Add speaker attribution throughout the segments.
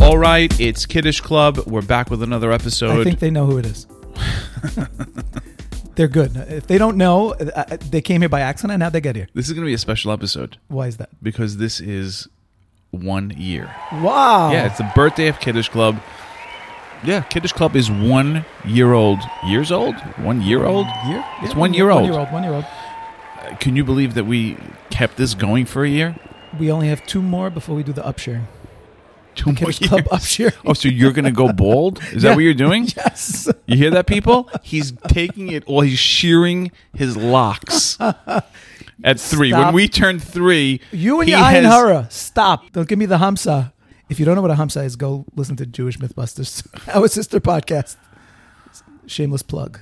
Speaker 1: All right, it's Kiddish Club. We're back with another episode.
Speaker 2: I think they know who it is. They're good. If they don't know, uh, uh, they came here by accident and now they get here.
Speaker 1: this is going to be a special episode
Speaker 2: Why is that?
Speaker 1: because this is one year.
Speaker 2: Wow.
Speaker 1: Yeah, it's the birthday of Kiddish Club. Yeah, Kiddish Club is one year old. Years old? One year old?
Speaker 2: Year?
Speaker 1: It's
Speaker 2: Yeah,
Speaker 1: one year
Speaker 2: One
Speaker 1: old.
Speaker 2: year old. One year old.
Speaker 1: Can you believe that we kept this going for a year?
Speaker 2: We only have two more before we do the upshare.
Speaker 1: Two more
Speaker 2: Kiddish Club
Speaker 1: years.
Speaker 2: upshare.
Speaker 1: Oh, so you're going to go bald? Is that
Speaker 2: Yeah.
Speaker 1: what you're doing?
Speaker 2: yes.
Speaker 1: You hear that, people? He's taking it all. He's shearing his locks at three. When
Speaker 2: Stop.
Speaker 1: we turn three,
Speaker 2: You and
Speaker 1: he
Speaker 2: your iron
Speaker 1: has-
Speaker 2: horror. Stop. Don't give me the hamsa. If you don't know what a hamsa is, go listen to Jewish Mythbusters, our sister podcast. Shameless plug.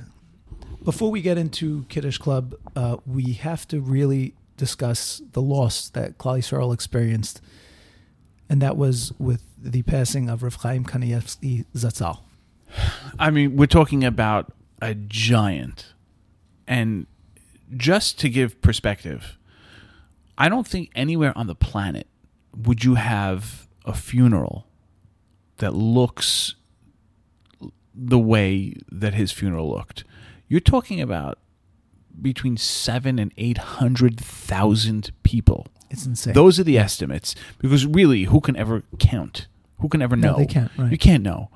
Speaker 2: Before we get into Kiddish Club, uh, we have to really discuss the loss that Klal Yisrael experienced, and that was with the passing of Rav Chaim Kanievsky Zatzal.
Speaker 1: I mean, we're talking about a giant. And just to give perspective, I don't think anywhere on the planet would you have a funeral that looks the way that his funeral looked. You're talking about between seven and eight hundred thousand people.
Speaker 2: It's insane.
Speaker 1: Those are the estimates because really, who can ever count? Who can ever know?
Speaker 2: No, they can't, right.
Speaker 1: You can't know.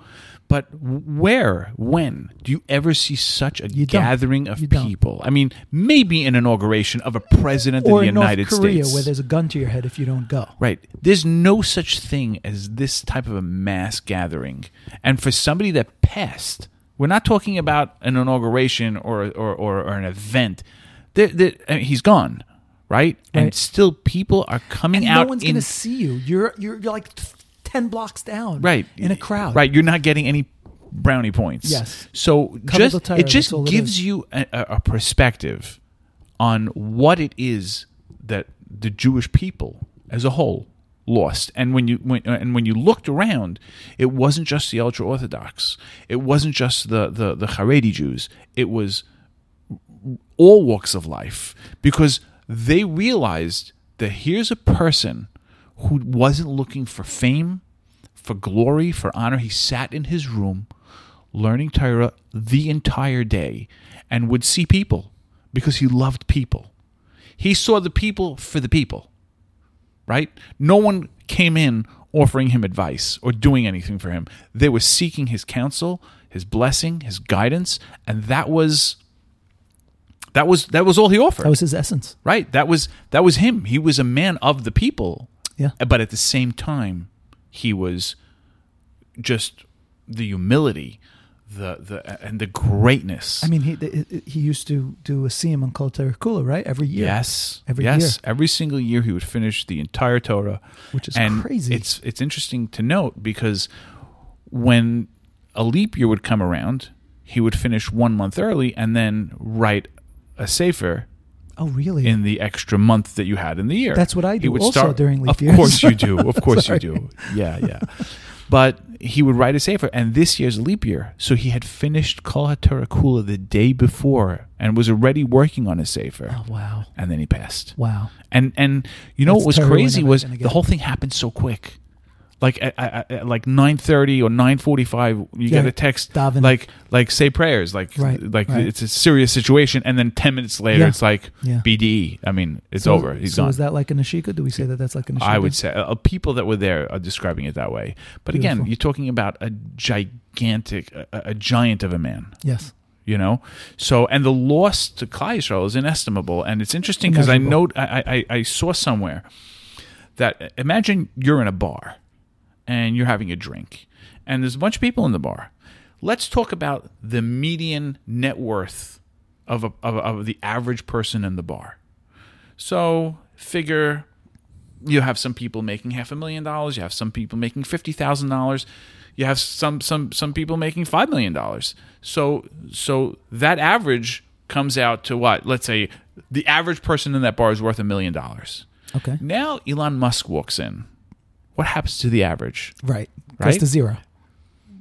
Speaker 1: But where, when do you ever see such a
Speaker 2: You don't.
Speaker 1: gathering of
Speaker 2: You don't.
Speaker 1: people? I mean, maybe an inauguration of a president of
Speaker 2: or
Speaker 1: the
Speaker 2: in
Speaker 1: United
Speaker 2: North Korea,
Speaker 1: States.
Speaker 2: where there's a gun to your head if you don't go.
Speaker 1: Right. There's no such thing as this type of a mass gathering. And for somebody that passed, we're not talking about an inauguration or or, or, or an event. There there- I mean, he's gone, right? And
Speaker 2: Right.
Speaker 1: still people are coming
Speaker 2: And
Speaker 1: out
Speaker 2: no one's
Speaker 1: in
Speaker 2: going to see you. You're you're, you're like th- ten blocks down,
Speaker 1: right
Speaker 2: In a crowd,
Speaker 1: Right. You're not getting any brownie points.
Speaker 2: Yes.
Speaker 1: So
Speaker 2: Cover the
Speaker 1: just
Speaker 2: tire,
Speaker 1: it
Speaker 2: that's
Speaker 1: just
Speaker 2: all it
Speaker 1: gives
Speaker 2: is.
Speaker 1: you a, a a perspective on what it is that the Jewish people as a whole lost. And when you when, and when you looked around, it wasn't just the ultra orthodox. It wasn't just the the the Haredi Jews. It was all walks of life because they realized that here's a person who wasn't looking for fame, for glory, for honor. He sat in his room learning Torah the entire day and would see people because he loved people. He saw the people for the people, right? No one came in offering him advice or doing anything for him. They were seeking his counsel, his blessing, his guidance, and that was that was that was all he offered.
Speaker 2: That was his essence.
Speaker 1: Right. That was that was him. He was a man of the people.
Speaker 2: Yeah.
Speaker 1: But at the same time, he was just the humility, the the and the greatness.
Speaker 2: I mean, he he- he used to do a siyum on Kol Torah Kula, right? Every year.
Speaker 1: yes,
Speaker 2: Every
Speaker 1: yes, every single year he would finish the entire Torah,
Speaker 2: Which is
Speaker 1: and
Speaker 2: crazy.
Speaker 1: It's it's interesting to note because when a leap year would come around, he would finish one month early and then write a sefer
Speaker 2: Oh, really?
Speaker 1: in the extra month that you had in the year.
Speaker 2: That's what I
Speaker 1: He
Speaker 2: do
Speaker 1: would
Speaker 2: also during leap
Speaker 1: Of
Speaker 2: years.
Speaker 1: course you do. Of course you do. Yeah, yeah. But he would write a safer, and this year's leap year, so he had finished Kol HaTorah Kula the day before and was already working on a safer,
Speaker 2: oh, wow.
Speaker 1: and then he passed.
Speaker 2: Wow.
Speaker 1: And and you know
Speaker 2: That's
Speaker 1: what was
Speaker 2: Torah we're
Speaker 1: crazy
Speaker 2: never
Speaker 1: was
Speaker 2: gonna
Speaker 1: the
Speaker 2: get.
Speaker 1: whole thing happened so quick. Like at, at, at like nine thirty or nine forty five, you get a text
Speaker 2: daven.
Speaker 1: like like say prayers, like
Speaker 2: Right,
Speaker 1: like
Speaker 2: right.
Speaker 1: it's a serious situation, and then ten minutes later,
Speaker 2: Yeah.
Speaker 1: it's like
Speaker 2: Yeah.
Speaker 1: BD. I mean, it's
Speaker 2: So-
Speaker 1: over. He's
Speaker 2: so
Speaker 1: gone.
Speaker 2: is that like a neshika? Do we say that that's like a neshika?
Speaker 1: I would say uh, people that were there are describing it that way. But again,
Speaker 2: Beautiful.
Speaker 1: you're talking about a gigantic, a, a a giant of a man.
Speaker 2: Yes.
Speaker 1: You know, so and the loss to Klal Yisrael is inestimable, and it's interesting because I
Speaker 2: Immeasurable.
Speaker 1: note I, I I saw somewhere that imagine you're in a bar and you're having a drink, and there's a bunch of people in the bar. Let's talk about the median net worth of a, of, of the average person in the bar. So figure you have some people making half a million dollars, you have some people making fifty thousand dollars, you have some some some people making five million dollars. So so that average comes out to what? Let's say the average person in that bar is worth a million dollars.
Speaker 2: Okay.
Speaker 1: Now Elon Musk walks in. What happens to the average?
Speaker 2: Right. Goes
Speaker 1: Right?
Speaker 2: to zero.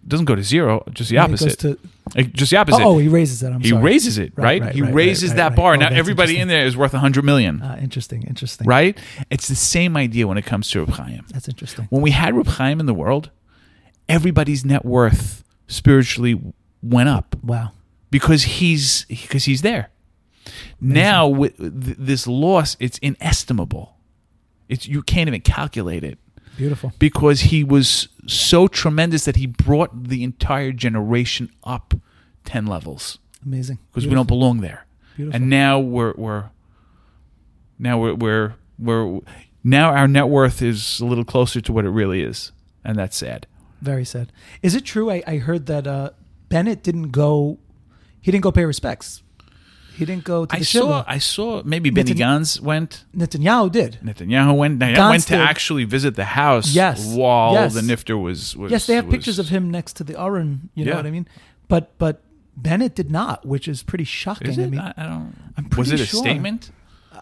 Speaker 1: It doesn't go to zero, just the
Speaker 2: Yeah, it goes
Speaker 1: opposite.
Speaker 2: to-
Speaker 1: Like, just the
Speaker 2: Oh,
Speaker 1: opposite.
Speaker 2: oh, he raises it. I'm
Speaker 1: he
Speaker 2: sorry.
Speaker 1: raises it, right? he raises
Speaker 2: right,
Speaker 1: that
Speaker 2: right.
Speaker 1: bar.
Speaker 2: Oh,
Speaker 1: now
Speaker 2: that's
Speaker 1: everybody in
Speaker 2: interesting.
Speaker 1: there is worth a hundred million,
Speaker 2: Ah, interesting. Interesting.
Speaker 1: right? It's the same idea when it comes to Reb Chaim.
Speaker 2: That's interesting.
Speaker 1: when we had Reb Chaim in the world, everybody's net worth spiritually went up
Speaker 2: Wow.
Speaker 1: because he's because he's there. Now with th- this loss, it's inestimable. It's you can't even calculate it
Speaker 2: Beautiful.
Speaker 1: because he was so tremendous that he brought the entire generation up ten levels
Speaker 2: Amazing.
Speaker 1: because we don't belong there.
Speaker 2: Beautiful.
Speaker 1: And now we're we're now we're we're we're now our net worth is a little closer to what it really is, and that's sad.
Speaker 2: Very sad. Is it true? I, I heard that uh, Bennett didn't go. He didn't go pay respects. He didn't go to the
Speaker 1: I
Speaker 2: shiva.
Speaker 1: saw I saw maybe Benny
Speaker 2: Netan-
Speaker 1: Gantz went.
Speaker 2: Netanyahu did.
Speaker 1: Netanyahu went. Netanyahu
Speaker 2: Gantz
Speaker 1: went to
Speaker 2: did.
Speaker 1: actually visit the house.
Speaker 2: Yes.
Speaker 1: While
Speaker 2: Yes.
Speaker 1: the Nifter was, was.
Speaker 2: yes, they have
Speaker 1: was-
Speaker 2: pictures of him next to the Aron. You know
Speaker 1: Yeah.
Speaker 2: what I mean? But but Bennett did not, which is pretty shocking.
Speaker 1: Is
Speaker 2: I
Speaker 1: it?
Speaker 2: mean,
Speaker 1: I, I don't.
Speaker 2: I'm
Speaker 1: was it
Speaker 2: pretty
Speaker 1: a
Speaker 2: sure.
Speaker 1: statement?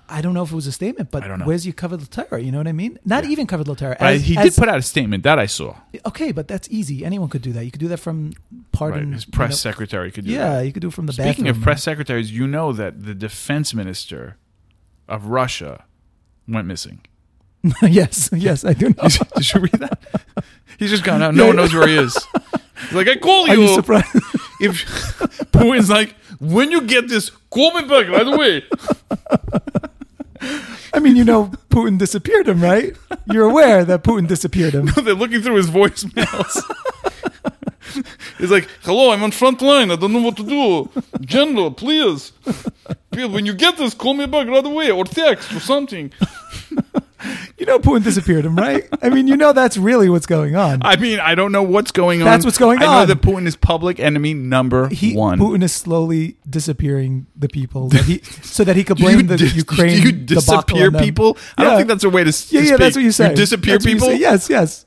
Speaker 2: I don't know if it was a statement, but
Speaker 1: I don't know.
Speaker 2: where's your covered Laterra? You know what I mean? Not
Speaker 1: Yeah.
Speaker 2: even covered Laterra.
Speaker 1: But I-
Speaker 2: as-
Speaker 1: he
Speaker 2: as-
Speaker 1: did put out a statement that I saw.
Speaker 2: Okay, but that's easy. Anyone could do that. You could do that from
Speaker 1: Right.
Speaker 2: pardon.
Speaker 1: His press
Speaker 2: you know-
Speaker 1: secretary could do. that.
Speaker 2: yeah, you could do it from the
Speaker 1: Speaking
Speaker 2: bathroom.
Speaker 1: of press secretaries, you know that the defense minister of Russia went missing.
Speaker 2: yes, yes, I do know.
Speaker 1: Did you read that? He's just gone out. No one knows where he is. He's like, I call
Speaker 2: Are
Speaker 1: you.
Speaker 2: you surprised?
Speaker 1: If Putin's like, when you get this, call me back right away.
Speaker 2: I mean, you know, Putin disappeared him, right? You're aware that Putin disappeared him.
Speaker 1: They're looking through his voicemails. He's like, hello, I'm on front line. I don't know what to do. General, please. Please, when you get this, call me back right away or text or something.
Speaker 2: You know, Putin disappeared him, right? I mean, you know, that's really what's going on.
Speaker 1: I mean, I don't know what's going on.
Speaker 2: That's what's going
Speaker 1: I know
Speaker 2: on.
Speaker 1: that Putin is public enemy number
Speaker 2: He,
Speaker 1: one.
Speaker 2: Putin is slowly disappearing the people that he, so that he could blame the
Speaker 1: dis-
Speaker 2: Ukraine.
Speaker 1: do you
Speaker 2: debacle
Speaker 1: disappear
Speaker 2: on them.
Speaker 1: people? I
Speaker 2: Yeah.
Speaker 1: don't think that's a way to s-
Speaker 2: yeah, yeah.
Speaker 1: speak.
Speaker 2: That's what you say.
Speaker 1: disappear
Speaker 2: That's what you
Speaker 1: people?
Speaker 2: say. Yes, yes.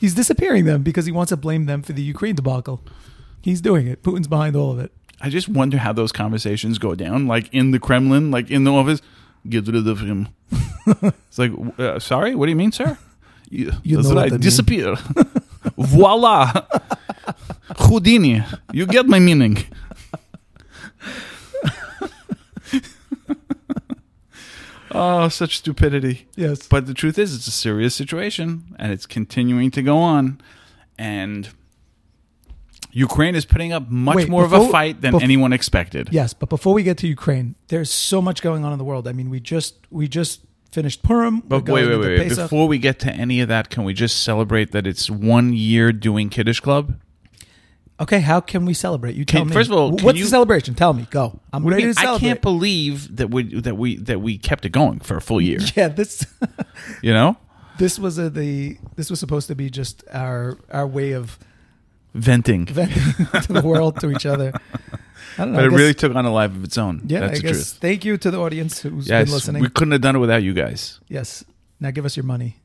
Speaker 2: He's disappearing them because he wants to blame them for the Ukraine debacle. He's doing it. Putin's behind all of it.
Speaker 1: I just wonder how those conversations go down, like in the Kremlin, like in the office. Get rid of him. it's like, w- uh, sorry, what do you mean, sir? You,
Speaker 2: You
Speaker 1: that's
Speaker 2: know
Speaker 1: right.
Speaker 2: what I mean.
Speaker 1: disappear. Voila, Houdini. You get my meaning. oh, such stupidity.
Speaker 2: Yes.
Speaker 1: But the truth is, it's a serious situation, and it's continuing to go on. And Ukraine is putting up much
Speaker 2: Wait,
Speaker 1: more of
Speaker 2: before-
Speaker 1: a fight than
Speaker 2: bef-
Speaker 1: anyone expected.
Speaker 2: Yes, but before we get to Ukraine, there's so much going on in the world. I mean, we just we just finished Purim.
Speaker 1: But wait, wait, wait. wait.
Speaker 2: Before-
Speaker 1: Before we get to any of that, can we just celebrate that it's one year doing Kiddish Club?
Speaker 2: okay, how can we celebrate? You tell
Speaker 1: Can-
Speaker 2: me.
Speaker 1: first of all,
Speaker 2: Wh-
Speaker 1: can
Speaker 2: what's
Speaker 1: you-
Speaker 2: the celebration? Tell me. Go. I'm
Speaker 1: I,
Speaker 2: ready
Speaker 1: mean,
Speaker 2: to celebrate.
Speaker 1: I can't believe that we that we that we kept it going for a full year.
Speaker 2: yeah, this
Speaker 1: You know,
Speaker 2: this was a, the this was supposed to be just our our way of
Speaker 1: venting,
Speaker 2: venting to the world to each other. I don't know.
Speaker 1: but
Speaker 2: I
Speaker 1: it
Speaker 2: guess-
Speaker 1: really took on a life of its own.
Speaker 2: yeah.
Speaker 1: that's
Speaker 2: I
Speaker 1: the
Speaker 2: guess
Speaker 1: truth.
Speaker 2: thank you to the audience who's been
Speaker 1: Yes,
Speaker 2: listening.
Speaker 1: we couldn't have done it without you guys.
Speaker 2: yes. Now give us your money.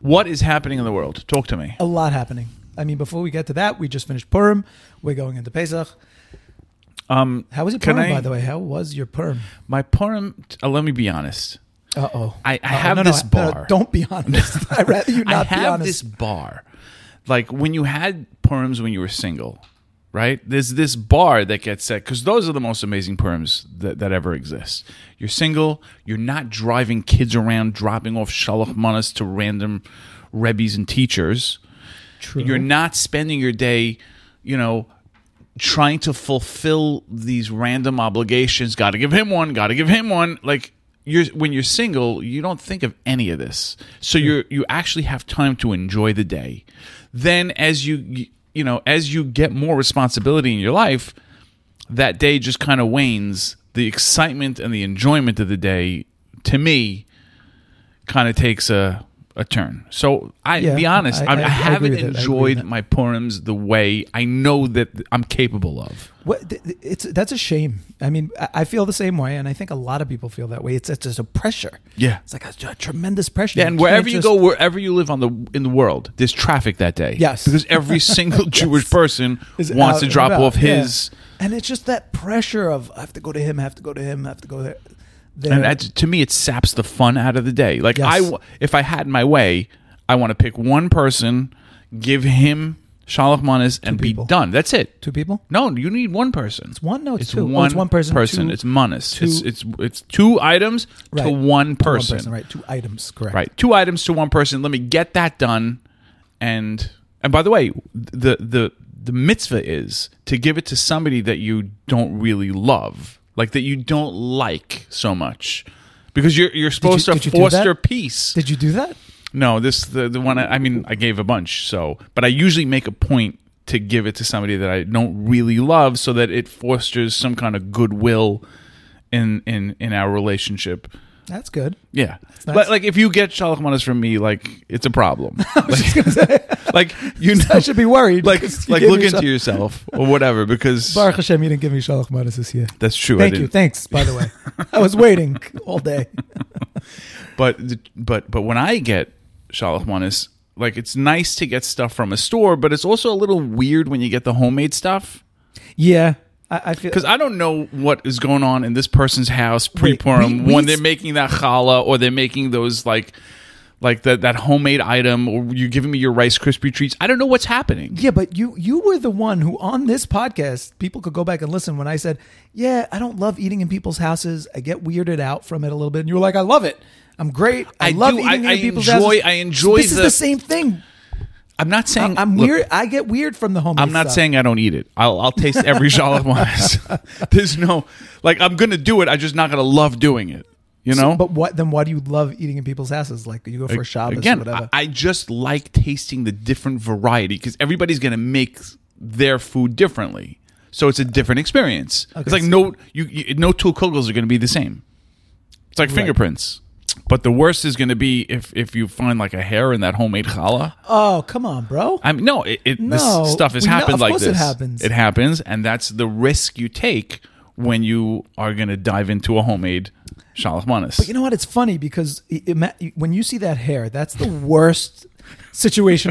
Speaker 1: What is happening in the world? Talk to me.
Speaker 2: A lot happening. I mean, before we get to that, we just finished Purim. We're going into Pesach.
Speaker 1: Um,
Speaker 2: How was your
Speaker 1: Can
Speaker 2: Purim,
Speaker 1: I-
Speaker 2: by the way? How was your Purim?
Speaker 1: my Purim. Uh, let me be honest.
Speaker 2: Uh oh.
Speaker 1: I- I have this bar.
Speaker 2: don't be honest. I'd rather you not
Speaker 1: I
Speaker 2: be
Speaker 1: have
Speaker 2: honest.
Speaker 1: this bar, like when you had Purims when you were single, right? There's this bar that gets set because those are the most amazing Purims that, that ever exist. You're single. You're not driving kids around, dropping off shalach manas to random rebbe's and teachers.
Speaker 2: True.
Speaker 1: You're not spending your day, you know, trying to fulfill these random obligations. Got to give him one. Got to give him one. Like you're when you're single, you don't think of any of this. So you're you actually have time to enjoy the day. Then as you you know as you get more responsibility in your life, that day just kind of wanes. The excitement and the enjoyment of the day, to me, kind of takes a a turn. So I
Speaker 2: Yeah,
Speaker 1: be honest,
Speaker 2: I-
Speaker 1: I, I,
Speaker 2: I- I agree
Speaker 1: haven't
Speaker 2: with it. I agree with
Speaker 1: enjoyed
Speaker 2: that.
Speaker 1: my Purims the way I know that I'm capable of.
Speaker 2: What, th- th- it's that's a shame. I mean, I, I feel the same way, and I think a lot of people feel that way. It's it's just a pressure.
Speaker 1: Yeah.
Speaker 2: It's like a, tr- tremendous pressure.
Speaker 1: Yeah, and
Speaker 2: can't
Speaker 1: wherever you
Speaker 2: just-
Speaker 1: go, wherever you live on the in the world, there's traffic that day.
Speaker 2: Yes.
Speaker 1: because every single Jewish person
Speaker 2: is
Speaker 1: wants
Speaker 2: out
Speaker 1: to
Speaker 2: and
Speaker 1: drop
Speaker 2: about.
Speaker 1: off
Speaker 2: Yeah.
Speaker 1: his.
Speaker 2: And it's just that pressure of I have to go to him, I have to go to him, I have to go there. there.
Speaker 1: And that, to me, it saps the fun out of the day. Like
Speaker 2: Yes.
Speaker 1: I, w- if I had my way, I want to pick one person, give him shalach manas, and be
Speaker 2: people.
Speaker 1: done. That's it.
Speaker 2: two people.
Speaker 1: No, you need one person. It's
Speaker 2: one? No, it's
Speaker 1: it's
Speaker 2: two. Oh,
Speaker 1: One
Speaker 2: it's one person, two-
Speaker 1: it's manas.
Speaker 2: two-
Speaker 1: it's it's it's two items
Speaker 2: Right.
Speaker 1: to one
Speaker 2: One
Speaker 1: person.
Speaker 2: person, right? Two items, correct?
Speaker 1: Right. Two items to one person. Let me get that done, and and by the way, the the the mitzvah is to give it to somebody that you don't really love, like that you don't like so much, because you're you're supposed
Speaker 2: did
Speaker 1: to
Speaker 2: you do that?
Speaker 1: foster peace.
Speaker 2: Did you do that?
Speaker 1: No, this the the one. I, I mean, I gave a bunch, so but I usually make a point to give it to somebody that I don't really love, so that it fosters some kind of goodwill in in in our relationship.
Speaker 2: That's good.
Speaker 1: Yeah,
Speaker 2: nice.
Speaker 1: like, like if you get shalach manas from me, like it's a problem. like, like, you know,
Speaker 2: I should be worried.
Speaker 1: like
Speaker 2: because you
Speaker 1: like
Speaker 2: gave
Speaker 1: look
Speaker 2: me
Speaker 1: into
Speaker 2: shal-
Speaker 1: yourself or whatever, because
Speaker 2: Baruch Hashem, you didn't give me shalach manas this year.
Speaker 1: that's true. I
Speaker 2: Thank
Speaker 1: did.
Speaker 2: you. Thanks, by the way. I was waiting all day.
Speaker 1: But the, but but when I get shalach manas, like it's nice to get stuff from a store, but it's also a little weird when you get the homemade stuff.
Speaker 2: Yeah, I, I feel
Speaker 1: Because I don't know what is going on in this person's house pre
Speaker 2: Wait,
Speaker 1: Purim
Speaker 2: we- we-
Speaker 1: when they're making that challah or they're making those like like that that homemade item or you're giving me your Rice Krispie treats. I don't know what's happening.
Speaker 2: Yeah, but you you were the one who on this podcast people could go back and listen when I said, "Yeah, I don't love eating in people's houses. I get weirded out from it a little bit." And you were like, "I love it. I'm great. I,
Speaker 1: I
Speaker 2: love
Speaker 1: do.
Speaker 2: eating
Speaker 1: I-
Speaker 2: in
Speaker 1: I
Speaker 2: people's
Speaker 1: enjoy-
Speaker 2: houses."
Speaker 1: I enjoy
Speaker 2: This is
Speaker 1: the-
Speaker 2: the same thing.
Speaker 1: I'm not saying
Speaker 2: I'm
Speaker 1: look,
Speaker 2: weird. I get weird from the home.
Speaker 1: I'm not saying I don't eat it. I'll, I'll taste every jalapeno. There's no like I'm gonna do it. I'm just not gonna love doing it. You know.
Speaker 2: but what then? Why do you love eating in people's houses? Like you go for Shabbos or
Speaker 1: Again,
Speaker 2: whatever.
Speaker 1: I, I just like tasting the different variety because everybody's going to make their food differently, so it's a different experience.
Speaker 2: Okay,
Speaker 1: it's like
Speaker 2: so-
Speaker 1: no, you, you no two kugels are going to be the same. It's like fingerprints, but the worst is going to be if if you find like a hair in that homemade challah.
Speaker 2: oh come on, bro.
Speaker 1: I mean, no, it, it,
Speaker 2: No,
Speaker 1: this stuff has
Speaker 2: we know-
Speaker 1: happened
Speaker 2: of
Speaker 1: like
Speaker 2: course
Speaker 1: this.
Speaker 2: it happens.
Speaker 1: It happens, and that's the risk you take when you are going to dive into a homemade shalach manis.
Speaker 2: You know what? It's funny because i- ima- when you see that hair, that's the worst situation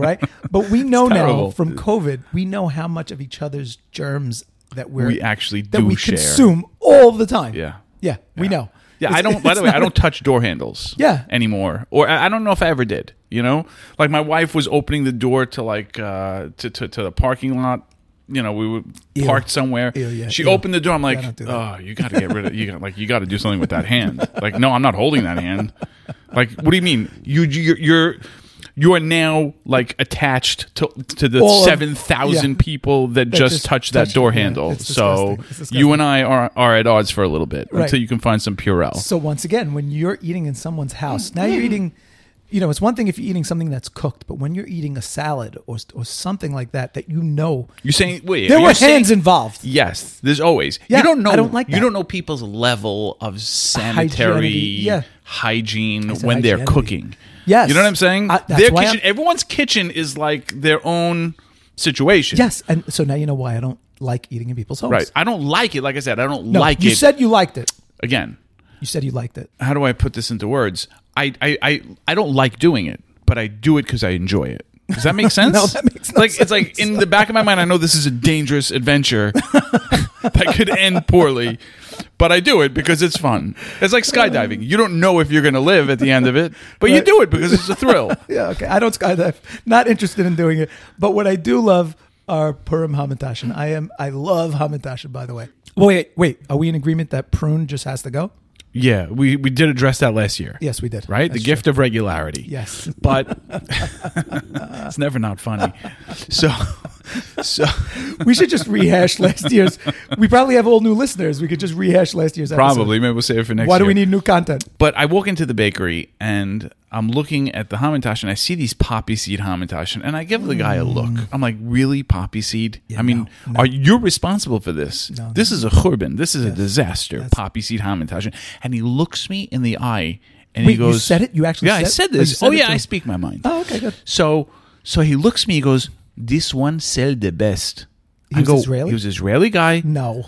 Speaker 2: right? But we know now
Speaker 1: terrible.
Speaker 2: from COVID, we know how much of each other's germs that we're
Speaker 1: We actually
Speaker 2: that
Speaker 1: do
Speaker 2: we
Speaker 1: share.
Speaker 2: consume all the time.
Speaker 1: Yeah.
Speaker 2: yeah, we know.
Speaker 1: Yeah,
Speaker 2: It's-
Speaker 1: I don't. By
Speaker 2: it's
Speaker 1: the way, I
Speaker 2: not-
Speaker 1: don't touch door handles.
Speaker 2: Yeah.
Speaker 1: anymore, or I I don't know if I ever did. You know, like my wife was opening the door to like uh, to, to to the parking lot. You know, we were
Speaker 2: Ew.
Speaker 1: parked somewhere.
Speaker 2: Ew, yeah,
Speaker 1: she
Speaker 2: ew.
Speaker 1: opened the door. I'm like,
Speaker 2: don't do that.
Speaker 1: oh, you got to get rid of you. Got like you got to do something with that hand. like, no, I'm not holding that hand. Like, what do you mean? You you- you're you're now like attached to to the
Speaker 2: All of-
Speaker 1: seven thousand
Speaker 2: yeah.
Speaker 1: people that, just,
Speaker 2: just
Speaker 1: touched that
Speaker 2: touched-
Speaker 1: door
Speaker 2: yeah,
Speaker 1: handle.
Speaker 2: it's
Speaker 1: So
Speaker 2: disgusting. It's disgusting.
Speaker 1: you and I are are at odds for a little bit
Speaker 2: Right.
Speaker 1: until you can find some Purell.
Speaker 2: So once again, when you're eating in someone's house, now you're
Speaker 1: Mm.
Speaker 2: eating. You know, it's one thing if you're eating something that's cooked, but when you're eating a salad or or something like that that you know
Speaker 1: You're saying wait,
Speaker 2: there
Speaker 1: you're
Speaker 2: were hands
Speaker 1: saying-
Speaker 2: involved.
Speaker 1: Yes, there's always.
Speaker 2: Yeah,
Speaker 1: you don't know.
Speaker 2: I don't like
Speaker 1: You
Speaker 2: that.
Speaker 1: don't know people's level of sanitary
Speaker 2: Hygienity, yeah.
Speaker 1: hygiene
Speaker 2: said
Speaker 1: when they're
Speaker 2: hygienity.
Speaker 1: cooking.
Speaker 2: Yes.
Speaker 1: you know what I'm saying.
Speaker 2: I- that's
Speaker 1: their
Speaker 2: why
Speaker 1: kitchen,
Speaker 2: I'm-
Speaker 1: everyone's kitchen is like their own situation.
Speaker 2: Yes, and so now you know why I don't like eating in people's homes.
Speaker 1: right. I don't like it. Like I said, I don't
Speaker 2: No,
Speaker 1: like
Speaker 2: you
Speaker 1: it.
Speaker 2: said you liked it.
Speaker 1: Again,
Speaker 2: You said you liked it.
Speaker 1: how do I put this into words? I I I, I don't like doing it, but I do it because I enjoy it. Does that make sense?
Speaker 2: No, that makes no
Speaker 1: like it's like in the back of my mind, I know this is a dangerous adventure that could end poorly, but I do it because it's fun. It's like skydiving. You don't know if you're going to live at the end of it, but you
Speaker 2: Right.
Speaker 1: do it because it's a thrill.
Speaker 2: Yeah, okay. I don't skydive. Not interested in doing it. But what I do love are Purim Hamantashen. I am. I love Hamantashen. By the way. Wait, wait. Are we in agreement that prune just has to go?
Speaker 1: Yeah, we we did address that last year.
Speaker 2: Yes, we did.
Speaker 1: Right,
Speaker 2: That's
Speaker 1: the gift of regularity.
Speaker 2: Yes.
Speaker 1: but it's never not funny. So so.
Speaker 2: We should just rehash last year's. We probably have all new listeners. We could just rehash last year's. episode.
Speaker 1: Probably, maybe we'll save it for next.
Speaker 2: Why do
Speaker 1: year.
Speaker 2: we need new content?
Speaker 1: But I walk into the bakery and I'm looking at the hamantash and I see these poppy seed hamantash and I give the guy a
Speaker 2: Mm.
Speaker 1: look. I'm like, really poppy seed? I mean, are you're responsible for this?
Speaker 2: No,
Speaker 1: this is a churban. This is a disaster.
Speaker 2: That's-
Speaker 1: poppy seed hamantash. And he looks me in the eye and
Speaker 2: Wait,
Speaker 1: he
Speaker 2: you
Speaker 1: goes,
Speaker 2: said it? You actually
Speaker 1: yeah, I said
Speaker 2: said- oh, you
Speaker 1: this.
Speaker 2: said
Speaker 1: oh
Speaker 2: it
Speaker 1: yeah,
Speaker 2: to
Speaker 1: I
Speaker 2: him.
Speaker 1: speak my mind.
Speaker 2: Oh, okay, good.
Speaker 1: So so he looks at me. He goes, "This one sell the best."
Speaker 2: He
Speaker 1: I
Speaker 2: was
Speaker 1: go,
Speaker 2: Israeli? Mm.
Speaker 1: He was Israeli guy.
Speaker 2: No.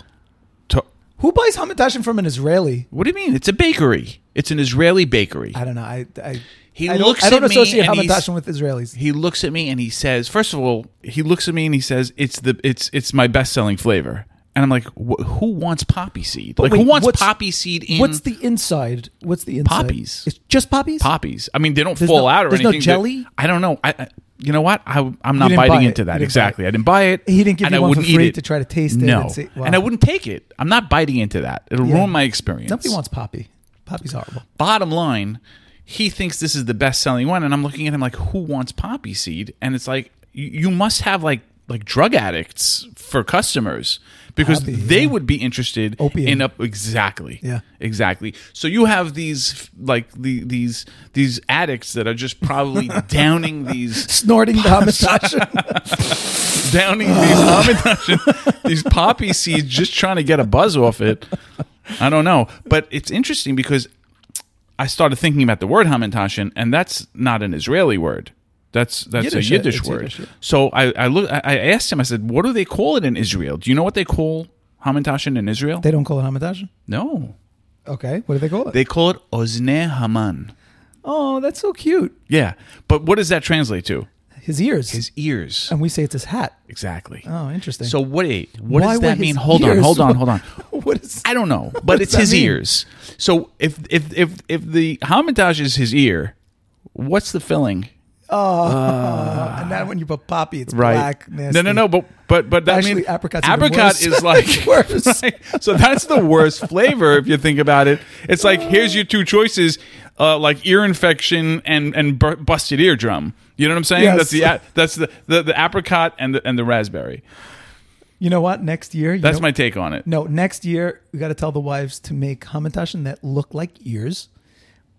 Speaker 1: To-
Speaker 2: Who buys Hamantashen from an Israeli?
Speaker 1: what do you mean? It's a bakery. It's an Israeli bakery.
Speaker 2: I don't know. I. I
Speaker 1: He
Speaker 2: I don't,
Speaker 1: looks
Speaker 2: I don't
Speaker 1: at me
Speaker 2: associate
Speaker 1: and he's-
Speaker 2: Hamantashen with Israelis.
Speaker 1: he looks at me and he says, first of all, he looks at me and he says, it's the it's it's my best selling flavor, and I'm like, wh- who wants poppy seed? like
Speaker 2: wait,
Speaker 1: who wants
Speaker 2: what's-
Speaker 1: poppy seed in
Speaker 2: What's the inside? What's the inside?
Speaker 1: Poppies.
Speaker 2: It's just poppies.
Speaker 1: poppies? I mean, they don't
Speaker 2: There's
Speaker 1: fall
Speaker 2: no-
Speaker 1: out or
Speaker 2: there's no
Speaker 1: anything. but-
Speaker 2: jelly?
Speaker 1: I don't know. I, I you know what? I, I'm not
Speaker 2: didn't buy
Speaker 1: biting
Speaker 2: it.
Speaker 1: into
Speaker 2: You
Speaker 1: that
Speaker 2: didn't buy
Speaker 1: exactly.
Speaker 2: it.
Speaker 1: I didn't buy it.
Speaker 2: He didn't give
Speaker 1: and
Speaker 2: you
Speaker 1: I
Speaker 2: one for
Speaker 1: wouldn't eat
Speaker 2: free
Speaker 1: it
Speaker 2: to try to taste it
Speaker 1: No,
Speaker 2: and see-
Speaker 1: and I
Speaker 2: wow.
Speaker 1: wouldn't take it. I'm not biting into that. It'll
Speaker 2: Yeah.
Speaker 1: ruin my experience.
Speaker 2: Nobody wants poppy. Poppy's horrible.
Speaker 1: Bottom line, he thinks this is the best selling one, and I'm looking at him like, who wants poppy seed? And it's like you, you must have like like drug addicts for customers because
Speaker 2: Poppy,
Speaker 1: they
Speaker 2: yeah.
Speaker 1: would be interested
Speaker 2: Opium.
Speaker 1: in up exactly
Speaker 2: Yeah.
Speaker 1: exactly so you have these like the, these these addicts that are just probably downing these
Speaker 2: Snorting the hamantash.
Speaker 1: downing these hamantash, these poppy seeds, just trying to get a buzz off it. I don't know, but it's interesting because I started thinking about the word hamantashen, and that's not an Israeli word. That's that's a
Speaker 2: Yiddish, yeah.
Speaker 1: Yiddish
Speaker 2: It's
Speaker 1: word.
Speaker 2: Yiddish, yeah.
Speaker 1: So I I, look, I I asked him. I said, "What do they call it in Israel? Do you know what they call hamantashen in Israel?"
Speaker 2: they don't call it hamantash.
Speaker 1: no,
Speaker 2: Okay, what do they call it?
Speaker 1: they call it ozne haman.
Speaker 2: oh, that's so cute.
Speaker 1: Yeah, but what does that translate to?
Speaker 2: His ears.
Speaker 1: His ears.
Speaker 2: and we say it's his hat.
Speaker 1: Exactly.
Speaker 2: Oh, interesting.
Speaker 1: So wait, what
Speaker 2: Why
Speaker 1: does
Speaker 2: were
Speaker 1: that
Speaker 2: his
Speaker 1: mean? Hold on,
Speaker 2: ears-
Speaker 1: hold on, hold on.
Speaker 2: what is?
Speaker 1: I don't know, but
Speaker 2: does
Speaker 1: it's
Speaker 2: that
Speaker 1: his
Speaker 2: mean?
Speaker 1: ears. So if if if if the hamantash is his ear, what's the filling?
Speaker 2: Oh, and now when you put poppy, it's black. Nasty.
Speaker 1: No, no, no. But but but that
Speaker 2: Actually,
Speaker 1: means
Speaker 2: apricot's even
Speaker 1: apricot
Speaker 2: worse.
Speaker 1: is like
Speaker 2: It's worse.
Speaker 1: right? So that's the worst flavor if you think about it. It's like here's your two choices, uh, like ear infection and and bur- busted eardrum. You know what I'm saying?
Speaker 2: Yes.
Speaker 1: That's the a- that's the, the the apricot and the and the raspberry.
Speaker 2: You know what? Next year, you
Speaker 1: That's
Speaker 2: know-
Speaker 1: my take on it.
Speaker 2: No, next year we got to tell the wives to make hamantaschen that look like ears,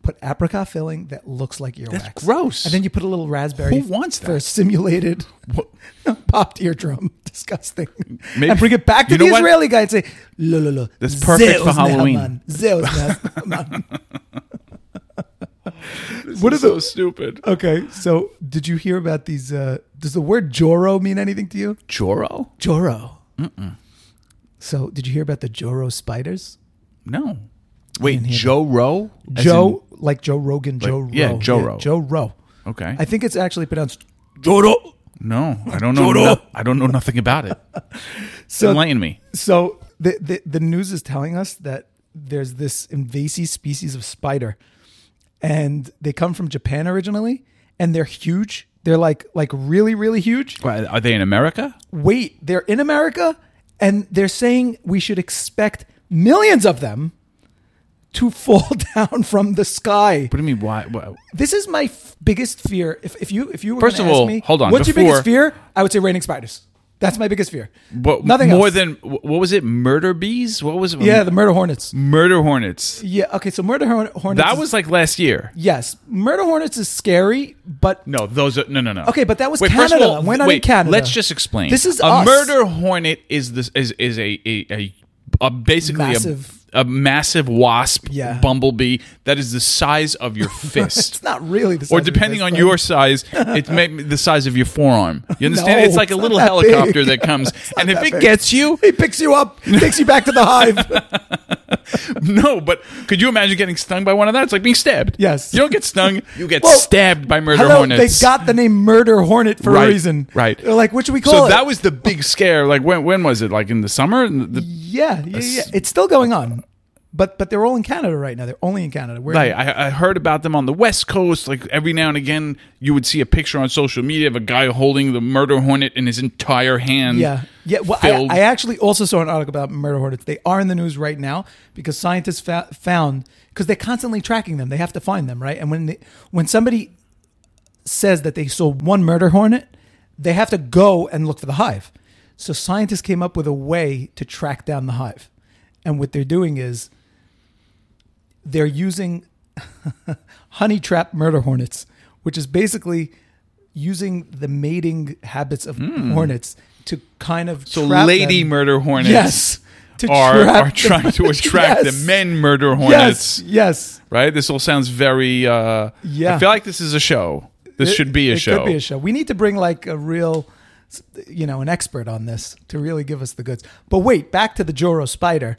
Speaker 2: put apricot filling that looks like earwax.
Speaker 1: gross.
Speaker 2: And then you put a little raspberry.
Speaker 1: Who wants
Speaker 2: for
Speaker 1: that?
Speaker 2: a simulated popped eardrum? Disgusting.
Speaker 1: Maybe-
Speaker 2: and bring it back to
Speaker 1: You
Speaker 2: the
Speaker 1: know what?
Speaker 2: Israeli guy and say, "Lo lo lo."
Speaker 1: That's perfect for
Speaker 2: Zeus
Speaker 1: Halloween.
Speaker 2: Nehaman. Zeus Nehaman. What
Speaker 1: This
Speaker 2: are
Speaker 1: so
Speaker 2: the-
Speaker 1: stupid?
Speaker 2: okay, so did you hear about these? Uh, does the word Joro mean anything to you?
Speaker 1: Choro?
Speaker 2: Joro. Mm-mm. So did you hear about the Joro spiders?
Speaker 1: No. Wait,
Speaker 2: hear
Speaker 1: Joe Rowe? As
Speaker 2: Joe, like Joe Rogan, Joe Roe.
Speaker 1: yeah, Joe Roe.
Speaker 2: Joe Roe.
Speaker 1: in- okay.
Speaker 2: I think it's actually pronounced Joe Roe.
Speaker 1: no, I don't know.
Speaker 2: Joe Rowe.
Speaker 1: no- I don't know nothing about it.
Speaker 2: So,
Speaker 1: Enlighten me.
Speaker 2: so the, the, the news is telling us that there's this invasive species of spider, and they come from Japan originally, and they're huge. They're like like really really huge.
Speaker 1: Are they in America?
Speaker 2: Wait, they're in America, and they're saying we should expect millions of them to fall down from the sky.
Speaker 1: What do you mean? Why? why?
Speaker 2: This is my f- biggest fear. If, if you if you were
Speaker 1: First
Speaker 2: gonna
Speaker 1: of all,
Speaker 2: ask me,
Speaker 1: hold on,
Speaker 2: What's your biggest
Speaker 1: before-
Speaker 2: fear? I would say raining spiders. That's my biggest fear.
Speaker 1: What,
Speaker 2: Nothing
Speaker 1: more
Speaker 2: else.
Speaker 1: than what was it? Murder bees? What was it?
Speaker 2: yeah, the murder hornets.
Speaker 1: murder hornets.
Speaker 2: Yeah. Okay. So murder horn- hornets.
Speaker 1: That
Speaker 2: is-
Speaker 1: was like last year.
Speaker 2: yes. Murder hornets is scary, but
Speaker 1: No, those are no, no, no.
Speaker 2: Okay, but that was
Speaker 1: wait, First of
Speaker 2: Canada.
Speaker 1: all,
Speaker 2: We're not in
Speaker 1: wait,
Speaker 2: Canada.
Speaker 1: Let's just explain.
Speaker 2: This is
Speaker 1: a
Speaker 2: us.
Speaker 1: murder hornet. Is this is is a a, a, a basically a-
Speaker 2: Massive.
Speaker 1: A, massive wasp,
Speaker 2: Yeah.
Speaker 1: bumblebee that is the size of your fist.
Speaker 2: it's not really the.
Speaker 1: or
Speaker 2: size of
Speaker 1: depending
Speaker 2: this,
Speaker 1: on
Speaker 2: but-
Speaker 1: your size, it may be the size of your forearm. You understand?
Speaker 2: No,
Speaker 1: it's like a
Speaker 2: it's
Speaker 1: little
Speaker 2: not that big.
Speaker 1: helicopter that comes, and if
Speaker 2: that
Speaker 1: it
Speaker 2: big.
Speaker 1: gets you,
Speaker 2: He picks you up, takes you back to the hive.
Speaker 1: no. But could you imagine getting stung by one of that? It's like being stabbed.
Speaker 2: Yes.
Speaker 1: you don't get stung; you get
Speaker 2: Well,
Speaker 1: stabbed by murder
Speaker 2: Hello,
Speaker 1: hornets.
Speaker 2: they got the name murder hornet for
Speaker 1: Right,
Speaker 2: a reason.
Speaker 1: right.
Speaker 2: They're like, what should we call
Speaker 1: so
Speaker 2: it?
Speaker 1: that was the big scare. Like when? When was it? Like in the summer? In the-
Speaker 2: yeah, yeah, yeah. It's still going on, but but they're all in Canada right now. They're only in Canada. We're
Speaker 1: Right. I, I heard about them on the West Coast. Like every now and again, you would see a picture on social media of a guy holding the murder hornet in his entire hand.
Speaker 2: Yeah. Yeah. Well,
Speaker 1: filled-
Speaker 2: I, I actually also saw an article about murder hornets. They are in the news right now because scientists fa- found because they're constantly tracking them. They have to find them, right? And when they, when somebody says that they saw one murder hornet, they have to go and look for the hive. So scientists came up with a way to track down the hive, and what they're doing is they're using honey trap murder hornets, which is basically using the mating habits of hornets to kind of
Speaker 1: Hmm. So
Speaker 2: trap
Speaker 1: lady
Speaker 2: them.
Speaker 1: murder hornets.
Speaker 2: yes to
Speaker 1: Are,
Speaker 2: trap
Speaker 1: are trying to
Speaker 2: them.
Speaker 1: attract
Speaker 2: Yes.
Speaker 1: the men murder hornets.
Speaker 2: Yes, yes,
Speaker 1: right? This all sounds very. Uh,
Speaker 2: Yeah.
Speaker 1: I feel like this is a show. This
Speaker 2: It-
Speaker 1: should be a
Speaker 2: it
Speaker 1: show.
Speaker 2: Could be a show. We need to bring like a real, you know, an expert on this to really give us the goods. But wait, back to the Joro spider.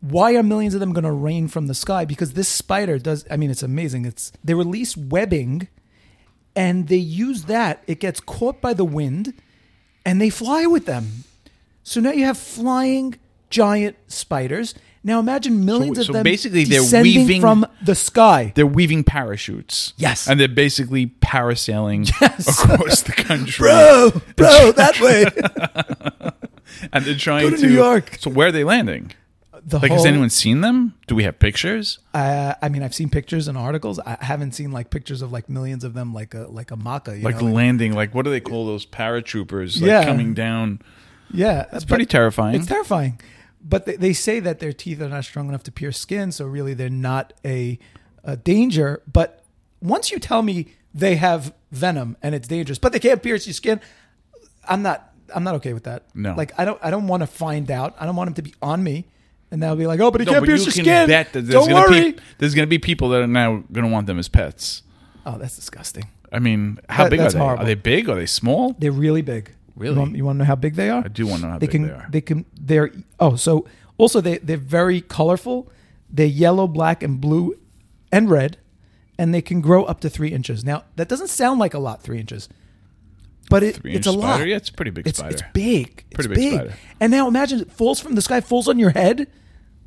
Speaker 2: Why are millions of them going to rain from the sky? Because this spider does. I mean, it's amazing. It's they release webbing, and they use that. It gets caught by the wind, and they fly with them. So now you have flying giant spiders. Now imagine millions
Speaker 1: so
Speaker 2: of them
Speaker 1: basically they're
Speaker 2: descending
Speaker 1: weaving-
Speaker 2: from the sky.
Speaker 1: They're weaving parachutes.
Speaker 2: Yes.
Speaker 1: and they're basically parasailing
Speaker 2: Yes.
Speaker 1: across the country,
Speaker 2: Bro, bro, that way.
Speaker 1: and they're trying
Speaker 2: Go to New York.
Speaker 1: So where are they landing?
Speaker 2: the
Speaker 1: Like,
Speaker 2: whole,
Speaker 1: has anyone seen them? Do we have pictures?
Speaker 2: Uh, I mean, I've seen pictures and articles. I haven't seen like pictures of like millions of them, like a like a maca. You
Speaker 1: Like
Speaker 2: know?
Speaker 1: landing, like what do they call those paratroopers? Like
Speaker 2: Yeah.
Speaker 1: coming down.
Speaker 2: yeah,
Speaker 1: It's pretty terrifying.
Speaker 2: It's terrifying. But they, they say that their teeth are not strong enough to pierce skin, so really they're not a, a danger. But once you tell me they have venom and it's dangerous, but they can't pierce your skin, I'm not I'm not okay with that.
Speaker 1: No.
Speaker 2: like I don't I don't want to find out. I don't want him to be on me, and now be like, oh, but he
Speaker 1: No,
Speaker 2: can't
Speaker 1: but you
Speaker 2: pierce
Speaker 1: can
Speaker 2: your skin.
Speaker 1: bet that there's
Speaker 2: don't
Speaker 1: gonna
Speaker 2: worry.
Speaker 1: Be, there's going to be people that are now going to want them as pets.
Speaker 2: oh, that's disgusting.
Speaker 1: I mean, how
Speaker 2: That-
Speaker 1: big are
Speaker 2: that's
Speaker 1: they?
Speaker 2: horrible.
Speaker 1: Are they big? Are they small?
Speaker 2: They're really big.
Speaker 1: Really?
Speaker 2: You want, you want to know how big they are?
Speaker 1: I do want to know how
Speaker 2: they
Speaker 1: big
Speaker 2: can
Speaker 1: they are.
Speaker 2: they can they're oh so also they they're very colorful they're yellow black and blue and red and they can grow up to three inches now that doesn't sound like a lot three inches but it,
Speaker 1: Three-inch
Speaker 2: it's a
Speaker 1: spider?
Speaker 2: lot
Speaker 1: Yeah, it's a pretty big
Speaker 2: it's,
Speaker 1: spider.
Speaker 2: it's big
Speaker 1: Pretty
Speaker 2: It's
Speaker 1: big
Speaker 2: big,
Speaker 1: spider.
Speaker 2: and now imagine it falls from the sky falls on your head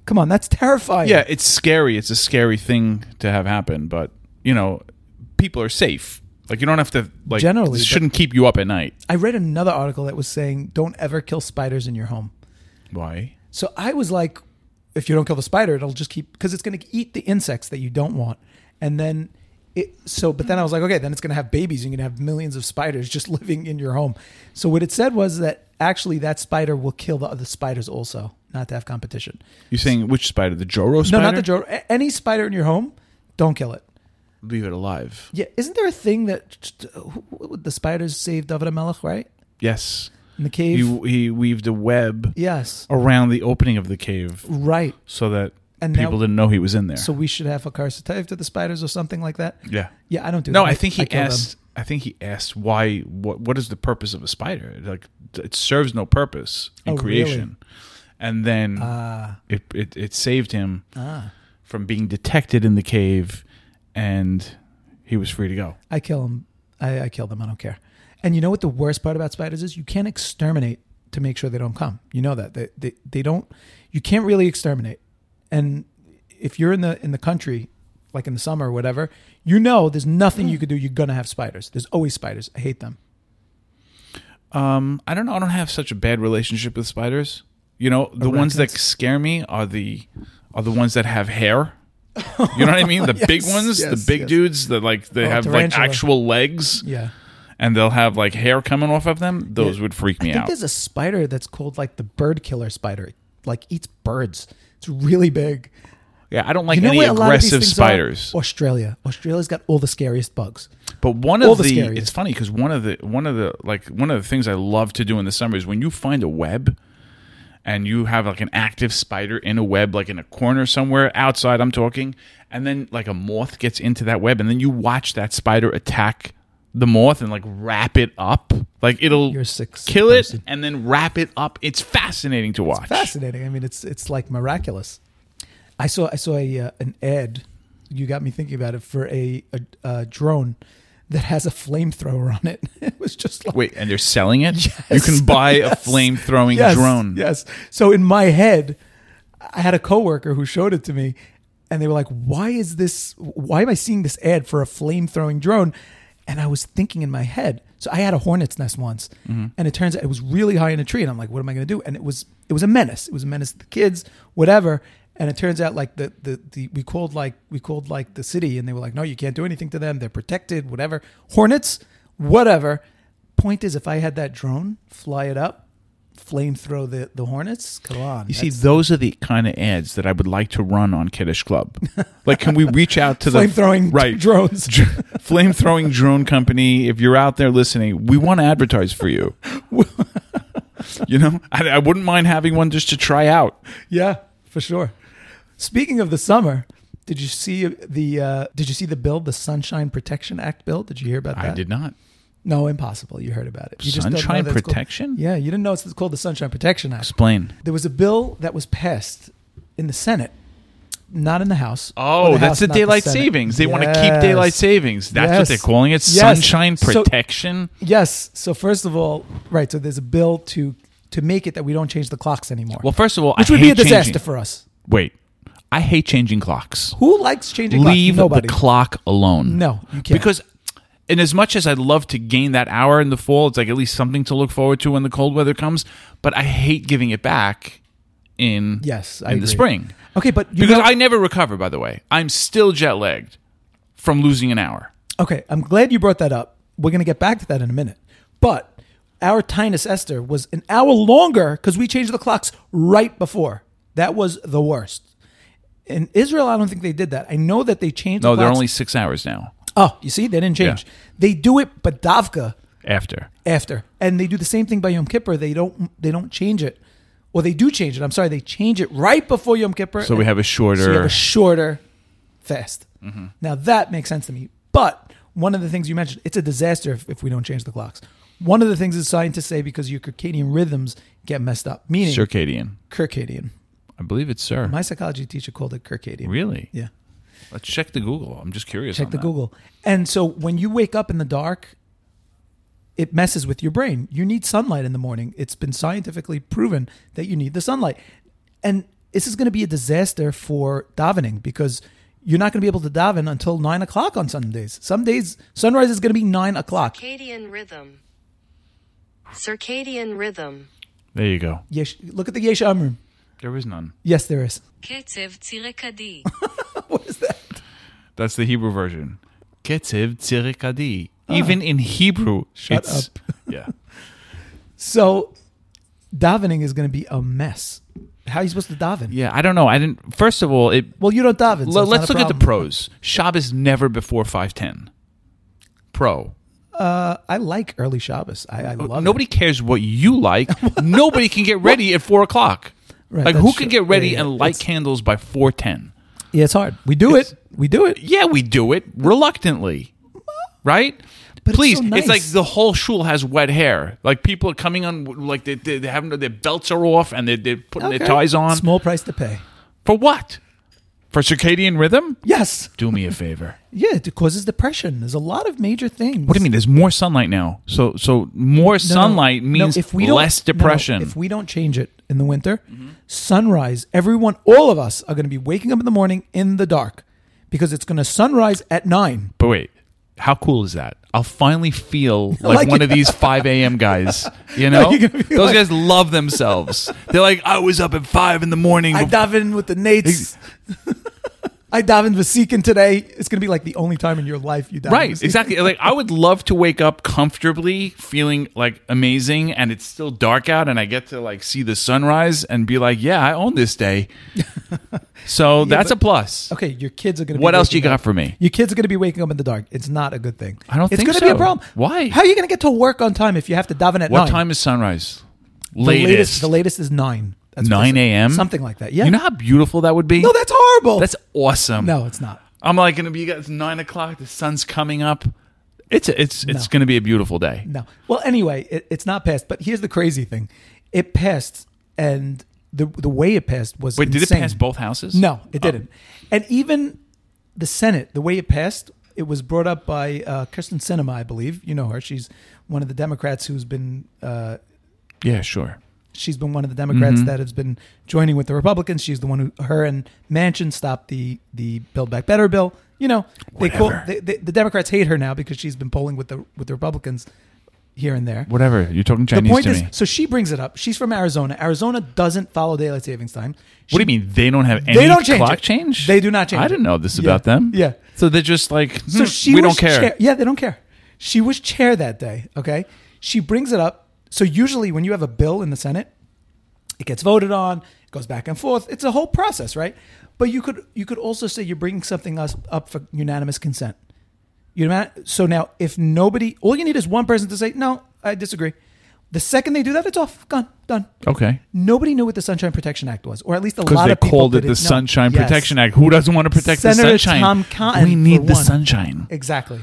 Speaker 2: come on that's terrifying
Speaker 1: yeah, it's scary. It's a scary thing to have happen, but you know, people are safe. Like you don't have to like
Speaker 2: Generally,
Speaker 1: it shouldn't keep you up at night.
Speaker 2: i read another article that was saying don't ever kill spiders in your home
Speaker 1: Why?
Speaker 2: So I was like, if you don't kill the spider, it'll just keep because it's going to eat the insects that you don't want, and then it. So, but then I was like, okay, then it's going to have babies. You're going to have millions of spiders just living in your home. So what it said was that actually that spider will kill the other spiders also, not to have competition.
Speaker 1: You're saying which spider? The Joro spider?
Speaker 2: No, not the Joe. a- Any spider in your home, don't kill it.
Speaker 1: Leave it alive.
Speaker 2: Yeah, isn't there a thing that who- who- the spiders saved David Melech right
Speaker 1: Yes.
Speaker 2: in the cave?
Speaker 1: He, he weaved a web
Speaker 2: yes,
Speaker 1: around the opening of the cave
Speaker 2: right.
Speaker 1: so that
Speaker 2: And
Speaker 1: people
Speaker 2: now-
Speaker 1: didn't know he was in there.
Speaker 2: So we should have a karsatev to the spiders or something like that.
Speaker 1: yeah.
Speaker 2: Yeah, I don't do
Speaker 1: No,
Speaker 2: that.
Speaker 1: I think he
Speaker 2: kill them.
Speaker 1: asked. I think he asked why. What What is the purpose of a spider? Like it serves no purpose in
Speaker 2: Oh, really?
Speaker 1: creation. And then
Speaker 2: Ah,
Speaker 1: it, it it saved him
Speaker 2: ah.
Speaker 1: from being detected in the cave, and he was free to go.
Speaker 2: I kill them. I, I kill them. I don't care. And you know what the worst part about spiders is? You can't exterminate to make sure they don't come. You know that they they, they don't. You can't really exterminate. And if you're in the in the country, like in the summer or whatever, you know there's nothing you could do. You're gonna have spiders. There's always spiders. I hate them.
Speaker 1: Um, I don't know. I don't have such a bad relationship with spiders. You know, the ones that
Speaker 2: Arachnids?
Speaker 1: scare me are the are the ones that have hair. You know what I mean? The big
Speaker 2: Yes,
Speaker 1: ones,
Speaker 2: yes,
Speaker 1: the big
Speaker 2: yes.
Speaker 1: dudes that like they
Speaker 2: Oh,
Speaker 1: have like
Speaker 2: tarantula.
Speaker 1: actual legs,
Speaker 2: Yeah.
Speaker 1: and they'll have like hair coming off of them. Those
Speaker 2: Yeah.
Speaker 1: would freak me
Speaker 2: I think
Speaker 1: out.
Speaker 2: there's a spider that's called like the bird killer spider. It, like eats birds. It's really big.
Speaker 1: Yeah, I don't like
Speaker 2: you know
Speaker 1: any
Speaker 2: what? A lot of these
Speaker 1: aggressive
Speaker 2: things are?
Speaker 1: spiders.
Speaker 2: Australia. Australia's got all the scariest bugs.
Speaker 1: But one
Speaker 2: All
Speaker 1: of the,
Speaker 2: the scariest.
Speaker 1: it's funny because one of the one of the like one of the things I love to do in the summer is when you find a web and you have like an active spider in a web like in a corner somewhere outside I'm talking and then like a moth gets into that web and then you watch that spider attack the moth and like wrap it up like it'll
Speaker 2: You're a sick
Speaker 1: kill
Speaker 2: person.
Speaker 1: it and then wrap it up it's fascinating to watch
Speaker 2: fascinating. I mean, it's it's like miraculous. I saw I saw a uh, an ad. You got me thinking about it for a a, a drone that has a flamethrower on it. It was just like
Speaker 1: wait and they're selling it you can buy
Speaker 2: Yes.
Speaker 1: a flame throwing
Speaker 2: yes,
Speaker 1: drone
Speaker 2: Yes. So in my head, I had a coworker who showed it to me, and they were like, "Why is this? Why am I seeing this ad for a flamethrowing drone?" And I was thinking in my head. So I had a hornet's nest once,
Speaker 1: Mm-hmm.
Speaker 2: and it turns out it was really high in a tree, and I'm like, "What am I going to do?" And it was it was a menace. It was a menace to the kids, whatever. And it turns out like the, the the we called like we called like the city, and they were like, "No, you can't do anything to them. They're protected. Whatever. Hornets, whatever." Point is, if I had that drone fly it up, flamethrow the the hornets. Come on,
Speaker 1: You see,
Speaker 2: that's-
Speaker 1: those are the kind of ads that I would like to run on Kiddish Club. like, can we reach out to the
Speaker 2: flamethrowing
Speaker 1: right
Speaker 2: drones.
Speaker 1: flame throwing drone company? If you're out there listening, we want to advertise for you. you know, I, I wouldn't mind having one just to try out.
Speaker 2: yeah, for sure. Speaking of the summer, did you see the uh, did you see the bill, the Sunshine Protection Act bill? Did you hear about that?
Speaker 1: I did not. Oh,
Speaker 2: Oh,
Speaker 1: in
Speaker 2: Yes, I
Speaker 1: in the
Speaker 2: agree.
Speaker 1: spring
Speaker 2: Okay, but you
Speaker 1: because
Speaker 2: know,
Speaker 1: I never recover. By the way, I'm still jet lagged from losing an hour.
Speaker 2: okay, I'm glad you brought that up. We're going to get back to that in a minute. But our Tinus Esther was an hour longer because we changed the clocks right before. That was the worst. In Israel, I don't think they did that. I know that they changed.
Speaker 1: No,
Speaker 2: the
Speaker 1: they're
Speaker 2: clocks.
Speaker 1: Oh, only six hours now
Speaker 2: Oh, you see, they didn't change.
Speaker 1: Yeah.
Speaker 2: They do it, but Davka
Speaker 1: after.
Speaker 2: after, and they do the same thing by Yom Kippur. They don't. They don't change it, or they do change it. I'm sorry, they change it right before Yom Kippur.
Speaker 1: So we have a shorter.
Speaker 2: So you have a shorter fast. Now that makes sense to me. But one of the things you mentioned, it's a disaster if, if we don't change the clocks. One of the things is scientists say because your circadian rhythms get messed up, meaning
Speaker 1: circadian.
Speaker 2: circadian.
Speaker 1: I believe it's sir.
Speaker 2: My psychology teacher called it circadian.
Speaker 1: really?
Speaker 2: Yeah.
Speaker 1: Let's check the Google. I'm just curious.
Speaker 2: Check
Speaker 1: on
Speaker 2: the
Speaker 1: that.
Speaker 2: Google. And so when you wake up in the dark, it messes with your brain. You need sunlight in the morning. It's been scientifically proven that you need the sunlight. And this is going to be a disaster for davening because you're not going to be able to daven until nine o'clock on some days. Some days, sunrise is going to be nine o'clock.
Speaker 3: Circadian rhythm. Circadian rhythm.
Speaker 1: There you go.
Speaker 2: Yesh, look at the Yesh Amrim.
Speaker 1: There is none.
Speaker 2: Yes, there is.
Speaker 3: Ketzev tzirkadi.
Speaker 2: What is that?
Speaker 1: That's the Hebrew version. Ketziv tzirikadi. Even in Hebrew,
Speaker 2: Ah. Shut
Speaker 1: it's, Yeah.
Speaker 2: So, davening is going to be a mess. How are you supposed to daven?
Speaker 1: Yeah. I don't know. I didn't. First of all, it.
Speaker 2: Well, you don't daven. so
Speaker 1: l-
Speaker 2: it's
Speaker 1: let's
Speaker 2: not a
Speaker 1: look at the
Speaker 2: problem.
Speaker 1: pros. Shabbos never before five ten. Pro. Oh,
Speaker 2: I like early Shabbos. I, I love it.
Speaker 1: Nobody cares what you like. Nobody can get ready at four o'clock.
Speaker 2: Right,
Speaker 1: like
Speaker 2: that's
Speaker 1: who can
Speaker 2: true.
Speaker 1: get ready
Speaker 2: Yeah, yeah,
Speaker 1: and light
Speaker 2: that's-
Speaker 1: candles by four ten?
Speaker 2: Yeah, it's hard. We do
Speaker 1: It's-
Speaker 2: it. We do it.
Speaker 1: Yeah, we do it reluctantly, right?
Speaker 2: But it's
Speaker 1: Please,
Speaker 2: so nice.
Speaker 1: like the whole shul has wet hair. Like people are coming on, like they they they having their belts are off and they're, they're putting
Speaker 2: Okay.
Speaker 1: their ties on
Speaker 2: Small price to pay.
Speaker 1: for what? For circadian rhythm?
Speaker 2: Yes.
Speaker 1: Do me a favor.
Speaker 2: Yeah, it causes depression. There's a lot of major things.
Speaker 1: What do you mean? There's more sunlight now, so so more sunlight means
Speaker 2: don't-
Speaker 1: less depression. Mm-hmm.
Speaker 2: no, if we don't change it in the winter, sunrise, everyone, all of us are going to be waking up in the morning in the dark because it's going to sunrise at nine.
Speaker 1: But wait, how cool is that? I'll finally feel like,
Speaker 2: Like-
Speaker 1: one of these 5 a.m. guys. You know?
Speaker 2: you're gonna be
Speaker 1: Those
Speaker 2: like-
Speaker 1: guys love themselves. They're like, I was up at 5 in the morning.
Speaker 2: I dive in with the Nates. I dive in Vasikin today. It's going to be like the only time in your life you dive. in
Speaker 1: right,
Speaker 2: Vasikin.
Speaker 1: exactly. Like, I would love to wake up comfortably, feeling like amazing, and it's still dark out, and I get to like see the sunrise and be like, yeah, I own this day. So that's a plus.
Speaker 2: Okay, your kids are going to.
Speaker 1: What
Speaker 2: be
Speaker 1: else you
Speaker 2: waking
Speaker 1: got
Speaker 2: up-
Speaker 1: for me?
Speaker 2: Your kids are going to be waking up in the dark. It's not a good thing.
Speaker 1: I don't
Speaker 2: It's
Speaker 1: think
Speaker 2: gonna be a
Speaker 1: so.
Speaker 2: problem.
Speaker 1: Why?
Speaker 2: How are you going to get to work on time if you have to daven at
Speaker 1: What
Speaker 2: nine?
Speaker 1: time is sunrise?
Speaker 2: the latest.
Speaker 1: Latest.
Speaker 2: The latest is nine. That's what they
Speaker 1: 9
Speaker 2: said.
Speaker 1: a.m.?
Speaker 2: Something like that. Yeah.
Speaker 1: You know how beautiful that would be?
Speaker 2: no, that's horrible.
Speaker 1: that's awesome.
Speaker 2: no, it's not.
Speaker 1: I'm like gonna be it's nine o'clock. The sun's coming up. It's it's it's gonna be a beautiful day.
Speaker 2: No. Well, anyway, it, it's not passed. But here's the crazy thing: it passed, and the the way it passed was
Speaker 1: Wait, did
Speaker 2: insane.
Speaker 1: it pass both houses?
Speaker 2: No, it
Speaker 1: Oh.
Speaker 2: didn't. And even the Senate, the way it passed, it was brought up by uh, Kirsten Sinema, I believe. You know her; she's one of the Democrats who's been uh,
Speaker 1: Yeah, sure.
Speaker 2: she's been one of the Democrats
Speaker 1: Mm-hmm.
Speaker 2: that has been joining with the Republicans. She's the one who her and Manchin stopped the the Build Back Better bill. You know, they call
Speaker 1: Whatever.
Speaker 2: they, they, the Democrats hate her now because she's been polling with the with the Republicans here and there.
Speaker 1: Whatever. You're talking
Speaker 2: the
Speaker 1: Chinese
Speaker 2: point
Speaker 1: to
Speaker 2: is,
Speaker 1: me.
Speaker 2: so she brings it up. She's from Arizona. Arizona doesn't follow daylight savings time.
Speaker 1: What do you
Speaker 2: She-
Speaker 1: mean they don't have any
Speaker 2: They don't change
Speaker 1: clock
Speaker 2: it.
Speaker 1: change?
Speaker 2: They do not change
Speaker 1: I didn't
Speaker 2: it.
Speaker 1: know this
Speaker 2: Yeah.
Speaker 1: about them.
Speaker 2: Yeah.
Speaker 1: So they're just like
Speaker 2: So she
Speaker 1: Hmm, we
Speaker 2: was
Speaker 1: don't care.
Speaker 2: Chair. Yeah, they don't care. She was chair that day. Okay, she brings it up. So usually, when you have a bill in the Senate, it gets voted on, it goes back and forth. It's a whole process, right? But you could you could also say you're bringing something else up for unanimous consent. You know, so now if nobody, all you need is one person to say no, I disagree. The second they do that, it's off, gone, done.
Speaker 1: Okay.
Speaker 2: Nobody knew what the Sunshine Protection Act was, or at least a
Speaker 1: Because
Speaker 2: lot
Speaker 1: they
Speaker 2: of people
Speaker 1: called it the
Speaker 2: didn't know.
Speaker 1: Sunshine
Speaker 2: Yes.
Speaker 1: Protection Act. Who doesn't want to protect
Speaker 2: Senator
Speaker 1: the sunshine?
Speaker 2: Tom Cotton,
Speaker 1: we
Speaker 2: for
Speaker 1: need the
Speaker 2: one.
Speaker 1: sunshine.
Speaker 2: Exactly.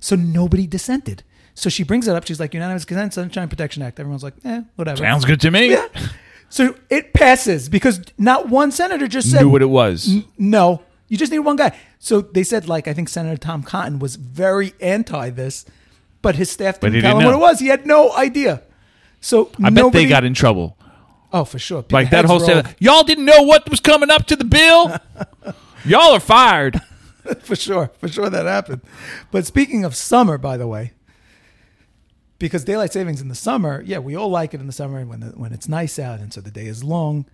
Speaker 2: So nobody dissented. So she brings it up. She's like, unanimous consent, Sunshine Protection Act. Everyone's like, eh, whatever.
Speaker 1: Sounds good to me.
Speaker 2: Yeah. So it passes because not one senator just said
Speaker 1: Knew what it was.
Speaker 2: N- no, you just need one guy. So they said, like, I think Senator Tom Cotton was very anti this, but his staff
Speaker 1: But
Speaker 2: didn't
Speaker 1: he
Speaker 2: tell
Speaker 1: didn't
Speaker 2: him
Speaker 1: know.
Speaker 2: what it was. He had no idea. So
Speaker 1: I bet
Speaker 2: nobody,
Speaker 1: they got in trouble.
Speaker 2: Oh, for sure.
Speaker 1: Like
Speaker 2: People
Speaker 1: that whole
Speaker 2: heads
Speaker 1: stuff. Y'all didn't know what was coming up to the bill. Y'all are fired.
Speaker 2: rolled. for sure, for sure that happened. But speaking of summer, by the way, because daylight savings in the summer, yeah, we all like it in the summer and when the, when it's nice out and so the day is long.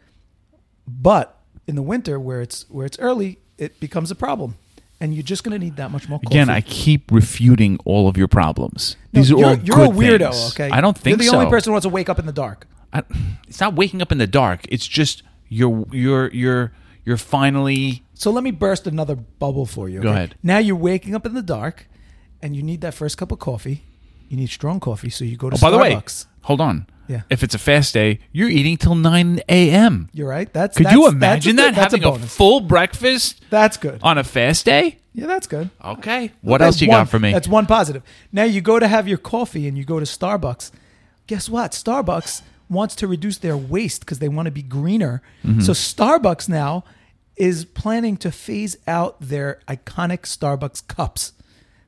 Speaker 2: But in the winter, where it's where it's early, it becomes a problem, and you're just going to need that much more. Cold
Speaker 1: Again,
Speaker 2: food.
Speaker 1: I keep refuting all of your problems.
Speaker 2: No,
Speaker 1: These are
Speaker 2: you're,
Speaker 1: all
Speaker 2: you're
Speaker 1: good
Speaker 2: a weirdo.
Speaker 1: things.
Speaker 2: Okay,
Speaker 1: I don't think
Speaker 2: you're the
Speaker 1: so.
Speaker 2: only person who wants to wake up in the dark.
Speaker 1: I, it's not waking up in the dark. It's just you're you're you're you're finally
Speaker 2: So let me burst another bubble for you.
Speaker 1: Go
Speaker 2: okay?
Speaker 1: ahead.
Speaker 2: Now you're waking up in the dark, and you need that first cup of coffee. You need strong coffee, so you go to
Speaker 1: Oh, by the way,
Speaker 2: Starbucks.
Speaker 1: hold on.
Speaker 2: Yeah.
Speaker 1: If it's a fast day, you're eating till 9 a.m.
Speaker 2: You're right. That's
Speaker 1: Could
Speaker 2: that's,
Speaker 1: you
Speaker 2: that's a
Speaker 1: imagine
Speaker 2: good-
Speaker 1: that
Speaker 2: That's
Speaker 1: having
Speaker 2: a
Speaker 1: a,
Speaker 2: bonus.
Speaker 1: full breakfast
Speaker 2: that's good.
Speaker 1: on a fast day?
Speaker 2: Yeah, that's good.
Speaker 1: Okay. What
Speaker 2: That's
Speaker 1: else you
Speaker 2: one-
Speaker 1: got for me?
Speaker 2: That's one positive. Now you go to have your coffee and you go to Starbucks. Guess what? Starbucks wants to reduce their waste because they want to be greener.
Speaker 1: Mm-hmm.
Speaker 2: So Starbucks now is planning to phase out their iconic Starbucks cups.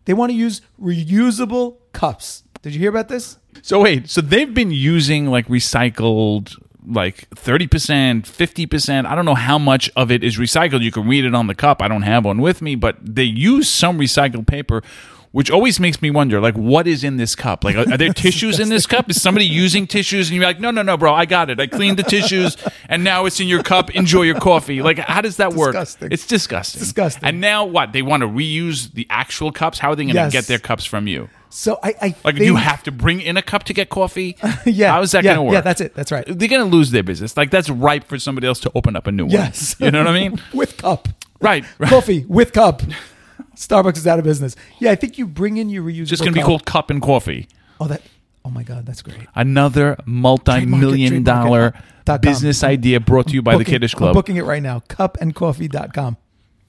Speaker 2: They want to use reusable cups. Did you hear about this?
Speaker 1: So wait, so they've been using like recycled like 30%, 50%, I don't know how much of it is recycled. You can read it on the cup. I don't have one with me, but they use some recycled paper, which always makes me wonder like what is in this cup? Like are, are there tissues in this cup? Is somebody using tissues and you're like, "No, no, no, bro, I got it. I cleaned the tissues and now it's in your cup. Enjoy your coffee." Like how does that work?
Speaker 2: Disgusting.
Speaker 1: It's disgusting.
Speaker 2: disgusting.
Speaker 1: And now what? They want to reuse the actual cups. How are they going to
Speaker 2: Yes.
Speaker 1: get their cups from you?
Speaker 2: So I, I
Speaker 1: Like, do
Speaker 2: think-
Speaker 1: you have to bring in a cup to get coffee?
Speaker 2: yeah.
Speaker 1: How is that
Speaker 2: yeah,
Speaker 1: going to work?
Speaker 2: Yeah, that's it. That's right.
Speaker 1: They're going to lose their business. Like, that's ripe for somebody else to open up a new one.
Speaker 2: Yes.
Speaker 1: You know what I mean?
Speaker 2: With cup.
Speaker 1: right. right.
Speaker 2: Coffee with cup. Starbucks is out of business. Yeah, I think you bring in your reusable.
Speaker 1: It's just going to be
Speaker 2: cup.
Speaker 1: called Cup and Coffee.
Speaker 2: Oh, that. Oh my God, that's great.
Speaker 1: Another multi million
Speaker 2: Trademark it,
Speaker 1: dollar
Speaker 2: trademark it. Dot com.
Speaker 1: business idea brought to you by the
Speaker 2: Booking-
Speaker 1: Kiddish
Speaker 2: I'm
Speaker 1: Club.
Speaker 2: booking it right now. Cupandcoffee.com.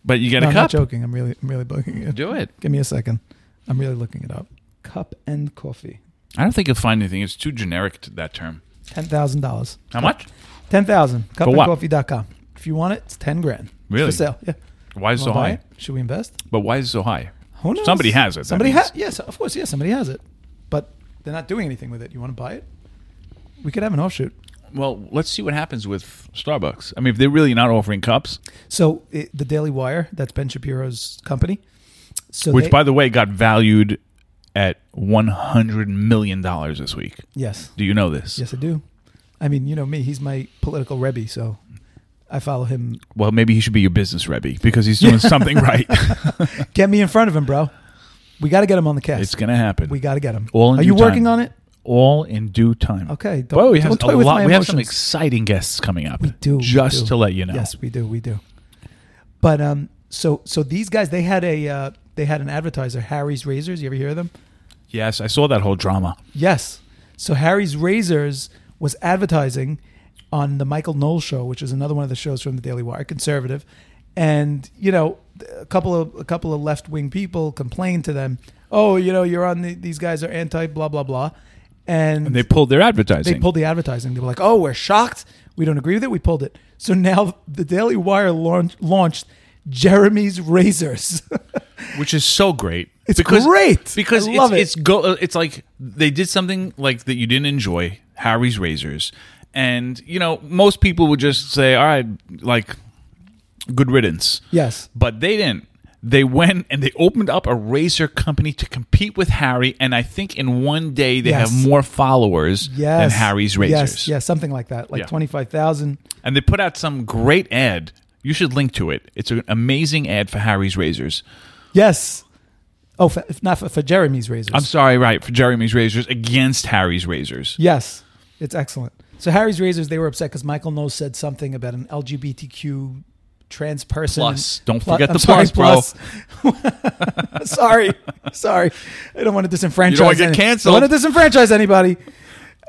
Speaker 1: But you get
Speaker 2: No,
Speaker 1: a
Speaker 2: I'm not
Speaker 1: cup.
Speaker 2: joking. I'm really, I'm really booking it.
Speaker 1: Do it.
Speaker 2: Give me a second. I'm really looking it up. Cup and coffee.
Speaker 1: I don't think you'll find anything. It's too generic to that term.
Speaker 2: Ten thousand dollars.
Speaker 1: How much?
Speaker 2: Ten thousand.
Speaker 1: what?
Speaker 2: Cupandcoffee.com. If you want it, it's ten grand. It's
Speaker 1: Really?
Speaker 2: for sale. Yeah.
Speaker 1: Why is it so
Speaker 2: Wanna buy
Speaker 1: high?
Speaker 2: it? Should we invest?
Speaker 1: But why is it so high?
Speaker 2: Who knows?
Speaker 1: Somebody has it, that
Speaker 2: Somebody
Speaker 1: means.
Speaker 2: has. Yes, of course. Yeah, somebody has it. But they're not doing anything with it. You want to buy it? We could have an offshoot.
Speaker 1: Well, let's see what happens with Starbucks. I mean, if they're really not offering cups,
Speaker 2: So it, the Daily Wire, that's Ben Shapiro's company. So
Speaker 1: which
Speaker 2: they-
Speaker 1: by the way got valued at 100 million dollars this week
Speaker 2: yes,
Speaker 1: do you know this
Speaker 2: Yes, I do. I mean, you know me. He's my political rebbe, so I follow him.
Speaker 1: well maybe he should be your business rebby because he's doing something right
Speaker 2: Get me in front of him, bro. We got to get him on the cast.
Speaker 1: it's gonna happen
Speaker 2: we got to get him.
Speaker 1: All in
Speaker 2: Are you
Speaker 1: due time.
Speaker 2: working on it?
Speaker 1: all in due time
Speaker 2: Okay,
Speaker 1: don't,
Speaker 2: don't-
Speaker 1: well, we have
Speaker 2: don't
Speaker 1: a
Speaker 2: toy with
Speaker 1: lot
Speaker 2: my
Speaker 1: we have some
Speaker 2: emotions.
Speaker 1: exciting guests coming up
Speaker 2: We do. we
Speaker 1: just
Speaker 2: do.
Speaker 1: to let you know
Speaker 2: Yes, we do. We do. But um, so so these guys, they had a uh, they had an advertiser, Harry's Razors. You ever hear of them?
Speaker 1: yes i saw that whole drama
Speaker 2: Yes. So Harry's Razors was advertising on the Michael Knowles show, which is another one of the shows from the Daily Wire, conservative. And you know, a couple of a couple of left wing people complained to them, "Oh, you know, you're on the, these guys are anti blah blah blah," and,
Speaker 1: and they pulled their advertising
Speaker 2: they pulled the advertising. They were like, "Oh, we're shocked. We don't agree with it. We pulled it." So now the Daily Wire launched, launched Jeremy's Razors.
Speaker 1: which is so great.
Speaker 2: It's great.
Speaker 1: because
Speaker 2: I love
Speaker 1: it's,
Speaker 2: it.
Speaker 1: it's go. uh, It's like they did something like that you didn't enjoy Harry's razors, and you know most people would just say, "All right, like good riddance."
Speaker 2: yes,
Speaker 1: but they didn't. They went and they opened up a razor company to compete with Harry, and I think in one day they
Speaker 2: Yes.
Speaker 1: have more followers
Speaker 2: yes,
Speaker 1: than Harry's razors.
Speaker 2: Yes, yes, something like that, like
Speaker 1: Yeah.
Speaker 2: twenty five thousand.
Speaker 1: And they put out some great ad. You should link to it. It's an amazing ad for Harry's razors.
Speaker 2: Yes. Oh, for, if not for, for Jeremy's razors.
Speaker 1: I'm sorry, right, for Jeremy's razors against Harry's razors.
Speaker 2: yes, it's excellent. So Harry's razors, they were upset because Michael Knowles said something about an LGBTQ trans person.
Speaker 1: Plus. Don't
Speaker 2: Plu-
Speaker 1: forget
Speaker 2: I'm
Speaker 1: the
Speaker 2: sorry,
Speaker 1: plus,
Speaker 2: plus. sorry, sorry. I don't want to disenfranchise.
Speaker 1: You don't wanna get
Speaker 2: any-
Speaker 1: canceled.
Speaker 2: I don't want to disenfranchise anybody.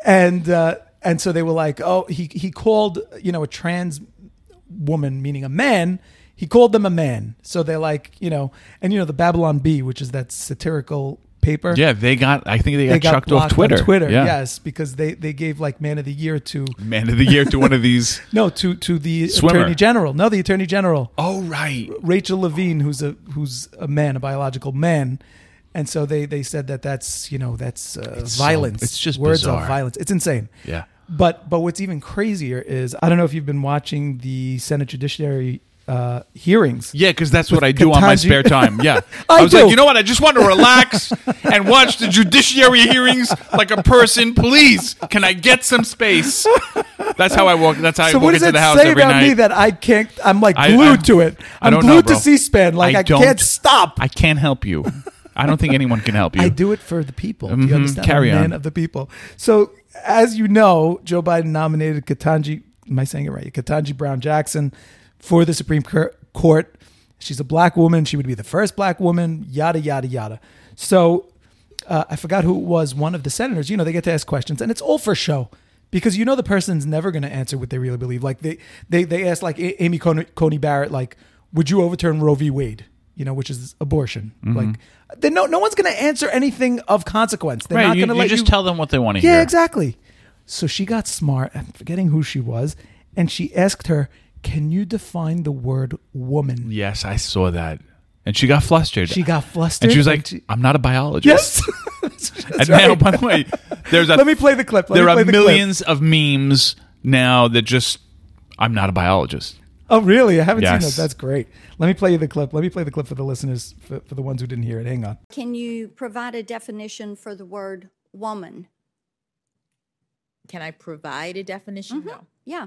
Speaker 2: And uh, and so they were like, oh, he he called you know a trans woman, meaning a man. He called them a man. So they're like, you know, and you know the Babylon Bee, which is that satirical paper.
Speaker 1: Yeah, they got. I think they got
Speaker 2: they got
Speaker 1: chucked off
Speaker 2: blocked on
Speaker 1: Twitter.
Speaker 2: Twitter,
Speaker 1: yeah.
Speaker 2: yes, because they they gave like man of the year to
Speaker 1: Man of the year to one of these.
Speaker 2: no to to the
Speaker 1: Swimmer.
Speaker 2: attorney general. No, the attorney general
Speaker 1: oh right.
Speaker 2: Rachel Levine, who's a who's a man, a biological man, and so they they said that that's you know that's uh,
Speaker 1: It's so-
Speaker 2: violence.
Speaker 1: it's just
Speaker 2: words
Speaker 1: bizarre.
Speaker 2: of violence. It's insane.
Speaker 1: Yeah.
Speaker 2: But but what's even crazier is I don't know if you've been watching the Senate Judiciary uh, hearings.
Speaker 1: Yeah, because that's what I
Speaker 2: With
Speaker 1: do on my
Speaker 2: Katanji.
Speaker 1: spare time. Yeah,
Speaker 2: I
Speaker 1: was
Speaker 2: do.
Speaker 1: like, you know what? I just want to relax and watch the judiciary hearings like a person. Please, can I get some space? That's how I walk. That's how I
Speaker 2: so what
Speaker 1: walk
Speaker 2: does
Speaker 1: into
Speaker 2: it
Speaker 1: the house
Speaker 2: say
Speaker 1: every
Speaker 2: about
Speaker 1: night.
Speaker 2: me that I can't? I'm like
Speaker 1: I-
Speaker 2: glued
Speaker 1: I-
Speaker 2: to it.
Speaker 1: I
Speaker 2: I'm
Speaker 1: don't know,
Speaker 2: glued
Speaker 1: bro.
Speaker 2: to C-SPAN. Like I,
Speaker 1: don't-
Speaker 2: can't stop.
Speaker 1: I can't help you. I don't think anyone can help you.
Speaker 2: I do it for the people. Do you
Speaker 1: Mhm.
Speaker 2: understand?
Speaker 1: Carry
Speaker 2: I'm a
Speaker 1: on.
Speaker 2: man of the people. So, as you know, Joe Biden nominated Katanji. Am I saying it right? Katanji Brown Jackson for the Supreme Cur- Court. She's a black woman. She would be the first black woman. Yada yada yada. So, uh, I forgot who it was. One of the senators. You know, they get to ask questions, and it's all for show. Because you know the person's never going to answer what they really believe. Like they, they, they asked like A- Amy Coney, Coney Barrett, like, would you overturn Roe v. Wade? You know, which is abortion. Like, they, no, no one's going to answer anything of consequence. They're
Speaker 1: Right,
Speaker 2: not
Speaker 1: you,
Speaker 2: going to
Speaker 1: you
Speaker 2: let
Speaker 1: just
Speaker 2: you.
Speaker 1: tell them what they want to
Speaker 2: yeah,
Speaker 1: hear.
Speaker 2: exactly. So she got smart. I'm forgetting who she was, and she asked her, "Can you define the word woman?"
Speaker 1: Yes, I saw that, and she got flustered.
Speaker 2: She got flustered.
Speaker 1: and she was like,
Speaker 2: she-
Speaker 1: "I'm not a biologist."
Speaker 2: "Yes." That's
Speaker 1: and
Speaker 2: right.
Speaker 1: now, by the way, there's a
Speaker 2: Let me play the clip. Let
Speaker 1: there
Speaker 2: me
Speaker 1: are
Speaker 2: play the clip.
Speaker 1: millions of memes now that just I'm not a biologist.
Speaker 2: Oh, really? I haven't seen
Speaker 1: Yes.
Speaker 2: that. That's great. Let me play you the clip. Let me play the clip for the listeners, for, for the ones who didn't hear it. Hang on.
Speaker 4: Can you provide a definition for the word woman?
Speaker 5: Can I provide a definition?
Speaker 4: Mm-hmm.
Speaker 5: No,
Speaker 4: Yeah,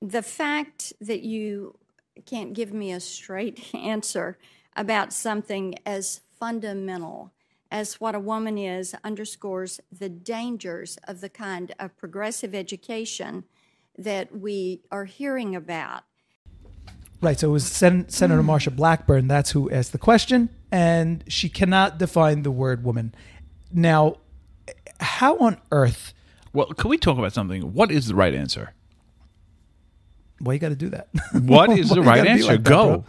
Speaker 4: The fact that you can't give me a straight answer about something as fundamental as what a woman is underscores the dangers of the kind of progressive education that we are hearing about.
Speaker 2: Right. So it was Sen- Senator
Speaker 1: Hmm.
Speaker 2: Marsha Blackburn. That's who asked the question, and she cannot define the word woman. Now, how on earth?
Speaker 1: Well, can we talk about something? What is the right answer?
Speaker 2: Why you got to do that?
Speaker 1: What is
Speaker 2: Why
Speaker 1: the
Speaker 2: you
Speaker 1: right
Speaker 2: gotta be
Speaker 1: answer?
Speaker 2: like that,
Speaker 1: Go.
Speaker 2: bro?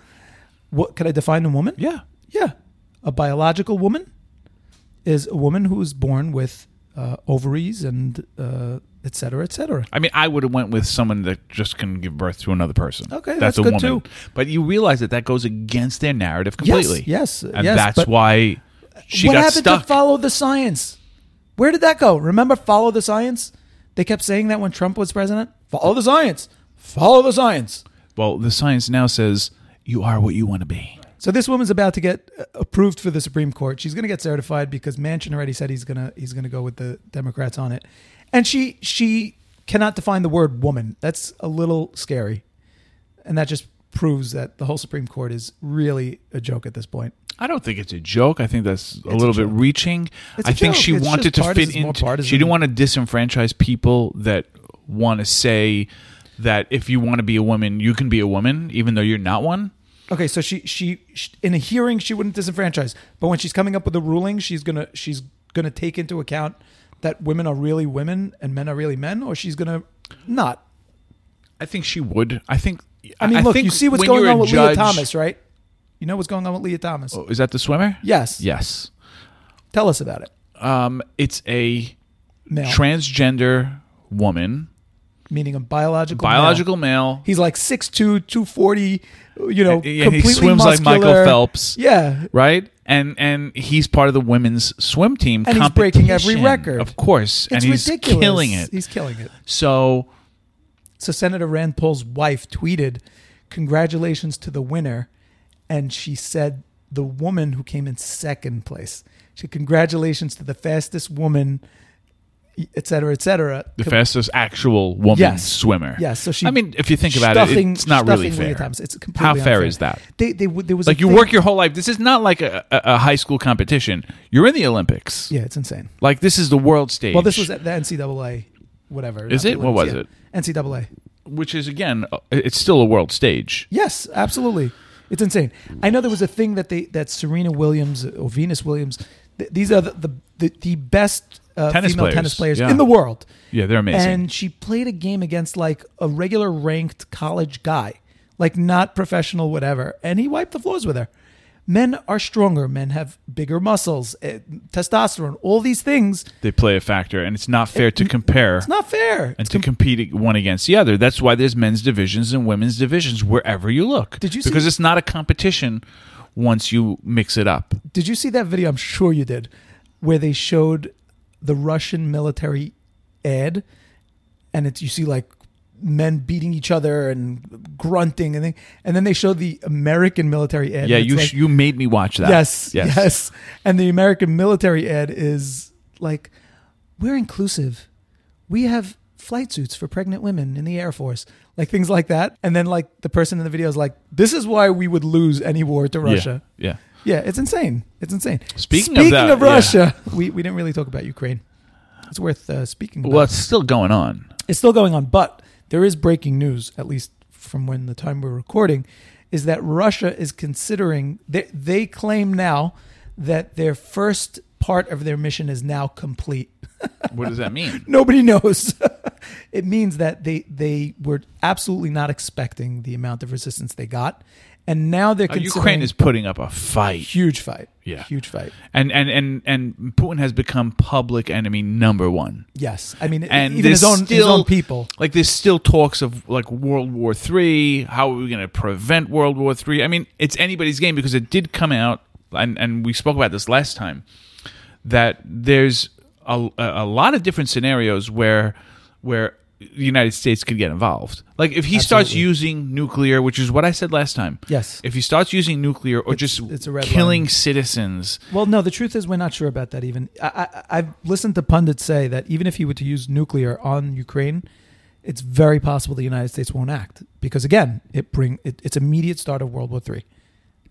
Speaker 2: What can I define a woman?
Speaker 1: Yeah.
Speaker 2: Yeah. A biological woman is a woman who is born with uh, ovaries and uh, et cetera, et cetera.
Speaker 1: I mean, I would have went with someone that just can give birth to another person.
Speaker 2: Okay, that's good, too.
Speaker 1: But you realize that that goes against their narrative completely.
Speaker 2: yes,
Speaker 1: and
Speaker 2: yes,
Speaker 1: that's
Speaker 2: but-
Speaker 1: why she
Speaker 2: what
Speaker 1: got
Speaker 2: happened
Speaker 1: stuck.
Speaker 2: to follow the science? Where did that go? Remember, follow the science. They kept saying that when Trump was president. Follow the science. Follow the science.
Speaker 1: well, the science now says you are what you want to be.
Speaker 2: So this woman's about to get uh, approved for the Supreme Court. She's going to get certified because Manchin already said he's going to he's going to go with the Democrats on it. And she she cannot define the word woman. That's a little scary. And that just proves that the whole Supreme Court is really a joke at this point.
Speaker 1: I don't think it's a joke. I think that's a little bit reaching.
Speaker 2: It's
Speaker 1: I
Speaker 2: a
Speaker 1: think
Speaker 2: joke.
Speaker 1: she
Speaker 2: It's
Speaker 1: wanted
Speaker 2: just
Speaker 1: to fit
Speaker 2: partisan- more
Speaker 1: into. She
Speaker 2: partisan.
Speaker 1: didn't want to disenfranchise people that want to say that if you want to be a woman, you can be a woman, even though you're not one.
Speaker 2: Okay, so she, she she in a hearing she wouldn't disenfranchise, but when she's coming up with a ruling, she's gonna she's gonna take into account that women are really women and men are really men, or she's gonna not.
Speaker 1: I think she would. I think.
Speaker 2: I mean, look,
Speaker 1: think
Speaker 2: you see what's
Speaker 1: when
Speaker 2: going
Speaker 1: you're
Speaker 2: on
Speaker 1: a
Speaker 2: with Leah
Speaker 1: judge-
Speaker 2: Thomas, right? You know what's going on with Leah Thomas.
Speaker 1: Oh, Is that the swimmer?
Speaker 2: Yes.
Speaker 1: Yes.
Speaker 2: Tell us about it.
Speaker 1: Um, it's a
Speaker 2: Male,
Speaker 1: transgender woman,
Speaker 2: meaning a biological
Speaker 1: biological
Speaker 2: Male.
Speaker 1: male.
Speaker 2: He's like 6'2", 240, You know,
Speaker 1: And- and he
Speaker 2: completely
Speaker 1: swims like Michael
Speaker 2: muscular.
Speaker 1: Phelps.
Speaker 2: Yeah,
Speaker 1: right? And and he's part of the women's swim team.
Speaker 2: And he's breaking every
Speaker 1: competition,
Speaker 2: record.
Speaker 1: of course.
Speaker 2: it's
Speaker 1: and he's
Speaker 2: ridiculous.
Speaker 1: killing it.
Speaker 2: He's killing it.
Speaker 1: so
Speaker 2: So Senator Rand Paul's wife tweeted, "Congratulations to the winner," and she said the woman who came in second place. She said, congratulations to the fastest woman, et cetera, et cetera.
Speaker 1: the fastest actual woman
Speaker 2: Yes.
Speaker 1: swimmer.
Speaker 2: Yes. So she.
Speaker 1: I mean, if you think about it,
Speaker 2: stuffing-
Speaker 1: it's not really
Speaker 2: stuffing Leah
Speaker 1: fair.
Speaker 2: Thomas. It's completely
Speaker 1: How fair
Speaker 2: unfair.
Speaker 1: is that?
Speaker 2: They, they, w- there was a
Speaker 1: Like you
Speaker 2: thing-
Speaker 1: work your whole life. This is not like a, a, a high school competition. You're in the Olympics.
Speaker 2: Yeah, it's insane.
Speaker 1: Like this is the world stage.
Speaker 2: Well, this was at the NCAA, whatever.
Speaker 1: Is
Speaker 2: not
Speaker 1: it?
Speaker 2: the
Speaker 1: What was
Speaker 2: Olympics, yeah. NCAA.
Speaker 1: which is again, uh, it's still a world stage.
Speaker 2: Yes, absolutely. It's insane. I know there was a thing that they that Serena Williams or Venus Williams. Th- these are the the, the, the best uh,
Speaker 1: Tennis
Speaker 2: female
Speaker 1: players,
Speaker 2: tennis players
Speaker 1: yeah.
Speaker 2: in the world.
Speaker 1: Yeah, they're amazing.
Speaker 2: And she played a game against like a regular ranked college guy, like not professional, whatever. And he wiped the floors with her. men are stronger, men have bigger muscles, eh, testosterone, all these things.
Speaker 1: They play a factor, and it's not fair to compare
Speaker 2: It's not fair.
Speaker 1: and to compete one against the other. That's why there's men's divisions and women's divisions wherever you look.
Speaker 2: Did you see-
Speaker 1: because it's not a competition once you mix it up.
Speaker 2: Did you see that video? I'm sure you did, where they showed the Russian military ad, and it's you see like men beating each other and grunting, and they, and then they show the American military ad.
Speaker 1: yeah,
Speaker 2: and it's
Speaker 1: you
Speaker 2: like-
Speaker 1: sh you made me watch that.
Speaker 2: Yes, yes, And the American military ad is like, we're inclusive. We have flight suits for pregnant women in the Air Force, like things like that. And then like the person in the video is like, this is why we would lose any war to
Speaker 1: Yeah,
Speaker 2: Russia.
Speaker 1: Yeah.
Speaker 2: Yeah, it's insane. It's insane.
Speaker 1: Speaking of that, yeah.
Speaker 2: Russia, we, we didn't really talk about Ukraine. It's worth uh, speaking about.
Speaker 1: Well, it's still going on.
Speaker 2: It's still going on, but there is breaking news, at least from when the time we're recording, is that Russia is considering, they, they claim now that their first part of their mission is now complete.
Speaker 1: What does that mean?
Speaker 2: Nobody knows. it means that they, they were absolutely not expecting the amount of resistance they got. And now they're
Speaker 1: Uh,
Speaker 2: considering
Speaker 1: Ukraine is putting up a fight.
Speaker 2: huge fight.
Speaker 1: Yeah.
Speaker 2: Huge fight.
Speaker 1: And and and and Putin has become public enemy number one.
Speaker 2: Yes. I mean,
Speaker 1: And
Speaker 2: even his
Speaker 1: there's
Speaker 2: own, his
Speaker 1: still-
Speaker 2: own people.
Speaker 1: Like there's still talks of like World War Three. How are we going to prevent World War Three? I mean, it's anybody's game because it did come out, and and we spoke about this last time that there's a, a lot of different scenarios where where the United States could get involved. Like if he starts
Speaker 2: Absolutely.
Speaker 1: using nuclear, which is what I said last time.
Speaker 2: Yes.
Speaker 1: If he starts using nuclear or just
Speaker 2: it's a red
Speaker 1: killing
Speaker 2: line.
Speaker 1: citizens,
Speaker 2: Well, no, the truth is we're not sure about that even. I, I, I've listened to pundits say that even if he were to use nuclear on Ukraine, it's very possible the United States won't act because again, it bring it, it's immediate start of World War Three,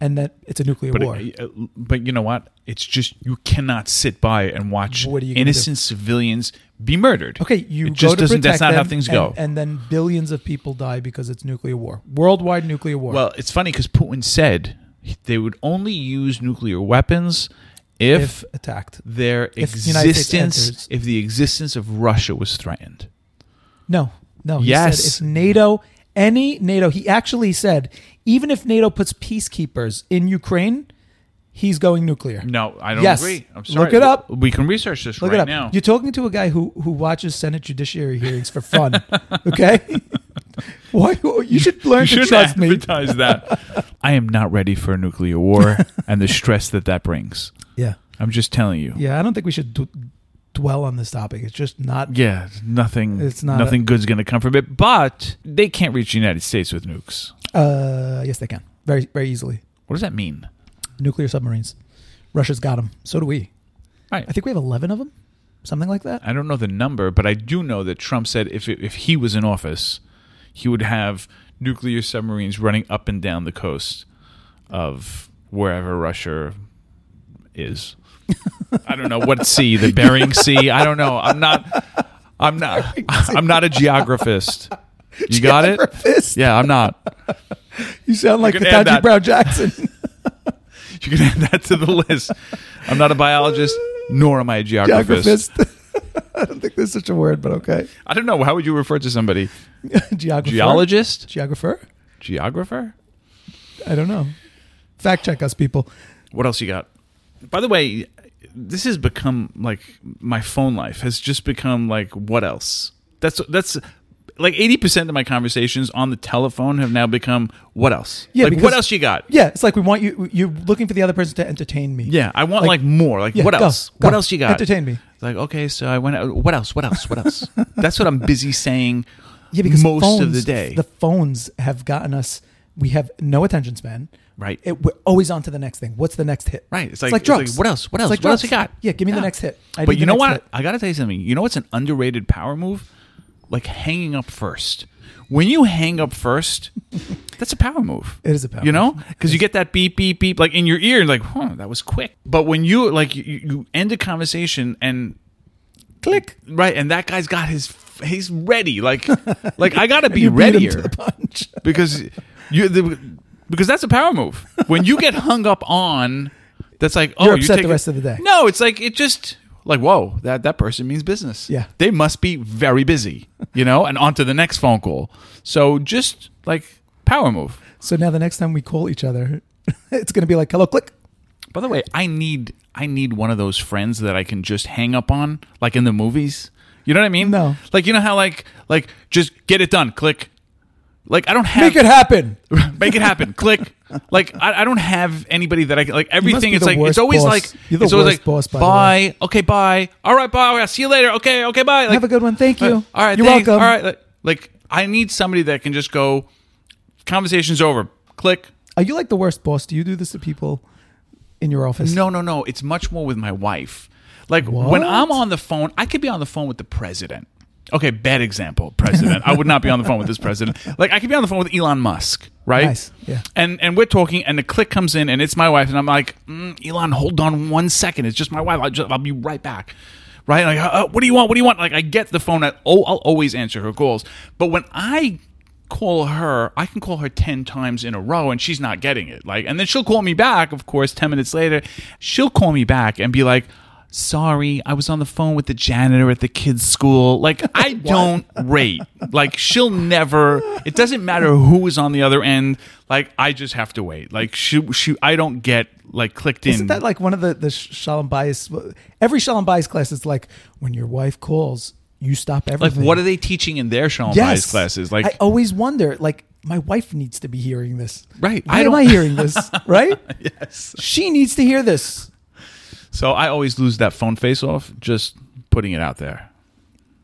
Speaker 2: and that it's a nuclear
Speaker 1: But,
Speaker 2: war.
Speaker 1: uh, but you know what? It's just you cannot sit by and watch
Speaker 2: What are you gonna
Speaker 1: innocent civilians be murdered.
Speaker 2: okay, you
Speaker 1: It
Speaker 2: go
Speaker 1: just
Speaker 2: to
Speaker 1: doesn't.
Speaker 2: protect
Speaker 1: That's not how
Speaker 2: them,
Speaker 1: things
Speaker 2: and-
Speaker 1: go.
Speaker 2: and then billions of people die because it's nuclear war, worldwide nuclear war.
Speaker 1: well, it's funny because Putin said they would only use nuclear weapons if,
Speaker 2: if attacked,
Speaker 1: their
Speaker 2: if the United States
Speaker 1: existence,
Speaker 2: enters.
Speaker 1: if the existence of Russia was threatened.
Speaker 2: No, no. He
Speaker 1: Yes.
Speaker 2: said if NATO, any NATO, he actually said, even if NATO puts peacekeepers in Ukraine, he's going nuclear.
Speaker 1: No, I don't
Speaker 2: Yes.
Speaker 1: agree. I'm sorry.
Speaker 2: Look it up.
Speaker 1: We can research this
Speaker 2: Look
Speaker 1: right
Speaker 2: it up.
Speaker 1: now.
Speaker 2: You're talking to a guy who who watches Senate Judiciary hearings for fun. okay. Why you should learn
Speaker 1: You
Speaker 2: to
Speaker 1: shouldn't
Speaker 2: trust me.
Speaker 1: advertise that. I am not ready for a nuclear war and the stress that that brings.
Speaker 2: Yeah.
Speaker 1: I'm just telling you.
Speaker 2: Yeah. I don't think we should d- dwell on this topic. It's just not.
Speaker 1: Yeah, nothing.
Speaker 2: It's not
Speaker 1: nothing good's going to come from it. But they can't reach the United States with nukes.
Speaker 2: Uh, yes, they can very very easily.
Speaker 1: What does that mean?
Speaker 2: Nuclear submarines. Russia's got them. So do we.
Speaker 1: Right.
Speaker 2: I think we have eleven of them, something like that.
Speaker 1: I don't know the number, but I do know that Trump said if it, if he was in office, he would have nuclear submarines running up and down the coast of wherever Russia is. I don't know what sea, the Bering Sea. I don't know. I'm not. I'm not. I'm not a geographist. You got it?
Speaker 2: Fist.
Speaker 1: Yeah, I'm not.
Speaker 2: You sound like
Speaker 1: You can add
Speaker 2: Hitachi
Speaker 1: that.
Speaker 2: Brown Jackson.
Speaker 1: You can add that to the list. I'm not a biologist, nor am I a geographist.
Speaker 2: Geographist. I don't think there's such a word, but okay.
Speaker 1: I don't know. How would you refer to somebody?
Speaker 2: Geographer.
Speaker 1: Geologist?
Speaker 2: Geographer?
Speaker 1: Geographer?
Speaker 2: I don't know. Fact check us, people.
Speaker 1: What else you got? By the way, this has become like my phone life has just become like what else? That's that's like eighty percent of my conversations on the telephone have now become what else?
Speaker 2: Yeah,
Speaker 1: like
Speaker 2: because-
Speaker 1: what else you got?
Speaker 2: Yeah, it's like we want you. You're looking for the other person to entertain me.
Speaker 1: Yeah, I want
Speaker 2: Like-
Speaker 1: like, more. Like
Speaker 2: Yeah,
Speaker 1: what
Speaker 2: go,
Speaker 1: else?
Speaker 2: go.
Speaker 1: What else you got?
Speaker 2: Entertain me.
Speaker 1: It's Like okay, so I went out. What else? What else? What else? That's what I'm busy saying.
Speaker 2: yeah. Because
Speaker 1: most of
Speaker 2: phones-
Speaker 1: the day,
Speaker 2: the phones have gotten us. We have no attention span.
Speaker 1: Right.
Speaker 2: It, we're always on to the next thing. What's the next hit?
Speaker 1: Right. It's like, it's like,
Speaker 2: drugs.
Speaker 1: what else? What
Speaker 2: It's
Speaker 1: else?
Speaker 2: like
Speaker 1: what else you
Speaker 2: drugs.
Speaker 1: got?
Speaker 2: Yeah. Give me the next hit. I
Speaker 1: but you
Speaker 2: need the
Speaker 1: know
Speaker 2: next
Speaker 1: what?
Speaker 2: hit.
Speaker 1: I got to tell you something. You know what's an underrated power move? Like hanging up first. When you hang up first, that's a power move.
Speaker 2: It is a power
Speaker 1: You know,
Speaker 2: move.
Speaker 1: because you get that beep, beep, beep, like in your ear, and like, huh, that was quick. But when you like, you, you end a conversation and
Speaker 2: Click.
Speaker 1: right, and that guy's got his, he's ready. Like, like I got to be
Speaker 2: You beat him
Speaker 1: readier
Speaker 2: to the punch.
Speaker 1: because you the, because that's a power move. When you get hung up on, that's like oh,
Speaker 2: You're
Speaker 1: you
Speaker 2: upset
Speaker 1: take
Speaker 2: the
Speaker 1: it-
Speaker 2: rest of the day.
Speaker 1: No, it's like it just like whoa, that that person means business.
Speaker 2: Yeah.
Speaker 1: they must be very busy, you know, and on to the next phone call. So just like power move.
Speaker 2: So now the next time we call each other, it's going to be like, hello, click.
Speaker 1: By the way, I need I need one of those friends that I can just hang up on, like in the movies. You know what I mean?
Speaker 2: No.
Speaker 1: Like you know how like like just get it done, click. Like I don't have
Speaker 2: Make it happen.
Speaker 1: make it happen. Click. Like I, I don't have anybody that I can like everything.
Speaker 2: be
Speaker 1: It's
Speaker 2: the
Speaker 1: like
Speaker 2: worst
Speaker 1: it's always
Speaker 2: boss.
Speaker 1: like
Speaker 2: You're the
Speaker 1: it's always
Speaker 2: worst
Speaker 1: like
Speaker 2: boss, by the
Speaker 1: bye. Okay, bye. All right, bye. I'll see you later. Okay, okay, bye. Like, uh,
Speaker 2: Have a good one. Thank you.
Speaker 1: all right,
Speaker 2: You're
Speaker 1: thanks.
Speaker 2: welcome.
Speaker 1: All right, like, like I need somebody that can just go. Conversation's over. Click.
Speaker 2: Are you like the worst boss? Do you do this to people in your office?
Speaker 1: No, no, no. It's much more with my wife. Like when I'm on the phone, I could be on the phone with the president. Okay, bad example, president. I would not be on the phone with this president. Like I could be on the phone with Elon Musk, right?
Speaker 2: Nice, yeah.
Speaker 1: And and we're talking, and the click comes in, and it's my wife, and I'm like, mm, Elon, hold on one second. It's just my wife. I'll, just, I'll be right back. Right? Like, uh, uh, what do you want? What do you want? Like I get the phone. I, oh, I'll always answer her calls. But when I call her i can call her 10 times in a row and she's not getting it like and then she'll call me back of course 10 minutes later she'll call me back and be like sorry i was on the phone with the janitor at the kids school like i don't rate like she'll never it doesn't matter who is on the other end like i just have to wait like she, she i don't get like clicked in
Speaker 2: Isn't that like one of the the Shalom Bias? Every Shalom Bias class is like when your wife calls, you stop
Speaker 1: like
Speaker 2: everything.
Speaker 1: what are they teaching in their Shalom
Speaker 2: yes.
Speaker 1: Bias classes like
Speaker 2: I always wonder. Like my wife needs to be hearing this.
Speaker 1: Right.
Speaker 2: Why
Speaker 1: I
Speaker 2: am
Speaker 1: don't-
Speaker 2: I hearing this? Right.
Speaker 1: yes
Speaker 2: She needs to hear this.
Speaker 1: so i always lose that phone face off just putting it out there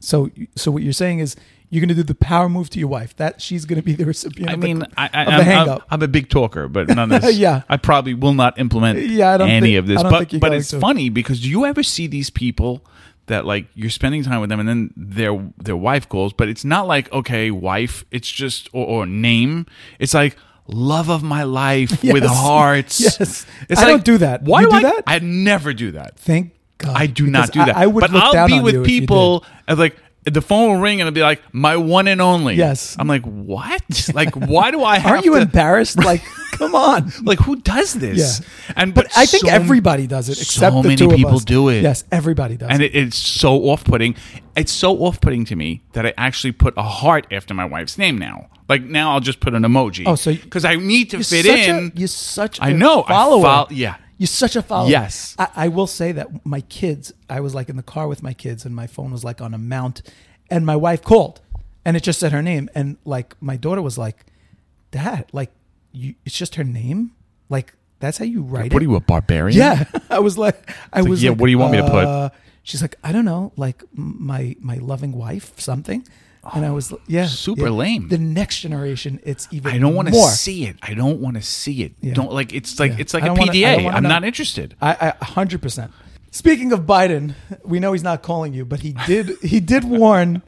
Speaker 2: So so what you're saying is you're going to do the power move to your wife. That she's going to be the recipient.
Speaker 1: I
Speaker 2: of the-
Speaker 1: mean, I, I,
Speaker 2: of the
Speaker 1: I'm,
Speaker 2: hang
Speaker 1: I'm,
Speaker 2: up.
Speaker 1: I'm a big talker, but none of this.
Speaker 2: Yeah.
Speaker 1: I probably will not implement
Speaker 2: Yeah, I don't
Speaker 1: any
Speaker 2: think-
Speaker 1: of this.
Speaker 2: I don't
Speaker 1: but
Speaker 2: think you're
Speaker 1: but
Speaker 2: going
Speaker 1: it's
Speaker 2: to.
Speaker 1: funny because do you ever see these people that like you're spending time with them and then their their wife calls, but it's not like okay, wife. It's just or, or name. It's like. Love of my life with
Speaker 2: Yes.
Speaker 1: hearts.
Speaker 2: Yes.
Speaker 1: it's
Speaker 2: I don't do that.
Speaker 1: Why
Speaker 2: You
Speaker 1: do,
Speaker 2: do
Speaker 1: I?
Speaker 2: that?
Speaker 1: I never do that.
Speaker 2: Thank God.
Speaker 1: I do
Speaker 2: because
Speaker 1: not do that.
Speaker 2: I, I would
Speaker 1: but
Speaker 2: look
Speaker 1: I'll
Speaker 2: down
Speaker 1: be
Speaker 2: on
Speaker 1: with
Speaker 2: you if you did.
Speaker 1: people and like the phone will ring and it'll be like my one and only.
Speaker 2: Yes.
Speaker 1: I'm like, what? Like, why do I have
Speaker 2: Aren't you
Speaker 1: to-
Speaker 2: embarrassed? Like, come on.
Speaker 1: Like, who does this?
Speaker 2: Yeah.
Speaker 1: And
Speaker 2: But I think
Speaker 1: so-
Speaker 2: everybody does it, except
Speaker 1: so
Speaker 2: the
Speaker 1: many
Speaker 2: two of
Speaker 1: people
Speaker 2: us.
Speaker 1: do it.
Speaker 2: Yes, everybody does.
Speaker 1: And
Speaker 2: it.
Speaker 1: it, it's so off-putting. It's so off-putting to me that I actually put a heart after my wife's name now. Like now, I'll just put an emoji.
Speaker 2: Oh, so you-
Speaker 1: because I need to
Speaker 2: You're
Speaker 1: fit
Speaker 2: such
Speaker 1: in.
Speaker 2: A, you're such.
Speaker 1: I
Speaker 2: a
Speaker 1: know, I
Speaker 2: Follower.
Speaker 1: fol- yeah.
Speaker 2: You're such a follower.
Speaker 1: Yes.
Speaker 2: I, I will say that my kids. I was like in the car with my kids, and my phone was like on a mount, and my wife called, and it just said her name, and like my daughter was like, "Dad, like, you, it's just her name. Like that's how you write it."
Speaker 1: what are you, a barbarian?
Speaker 2: Yeah, I was like, I was.
Speaker 1: "Yeah,
Speaker 2: like,
Speaker 1: what do you want me to put?"
Speaker 2: uh, She's like, I don't know, like m- my my loving wife, something. And I was, like, yeah,
Speaker 1: Oh, super
Speaker 2: yeah.
Speaker 1: lame.
Speaker 2: The next generation, it's even.
Speaker 1: I don't want
Speaker 2: want
Speaker 1: to see it. I don't want to see it.
Speaker 2: Yeah.
Speaker 1: Don't like it's like
Speaker 2: Yeah.
Speaker 1: it's like
Speaker 2: I
Speaker 1: a
Speaker 2: don't wanna- I
Speaker 1: PDA.
Speaker 2: don't wanna
Speaker 1: I'm
Speaker 2: know.
Speaker 1: not interested.
Speaker 2: I I- hundred percent. Speaking of Biden, we know he's not calling you, but he did. He did warn.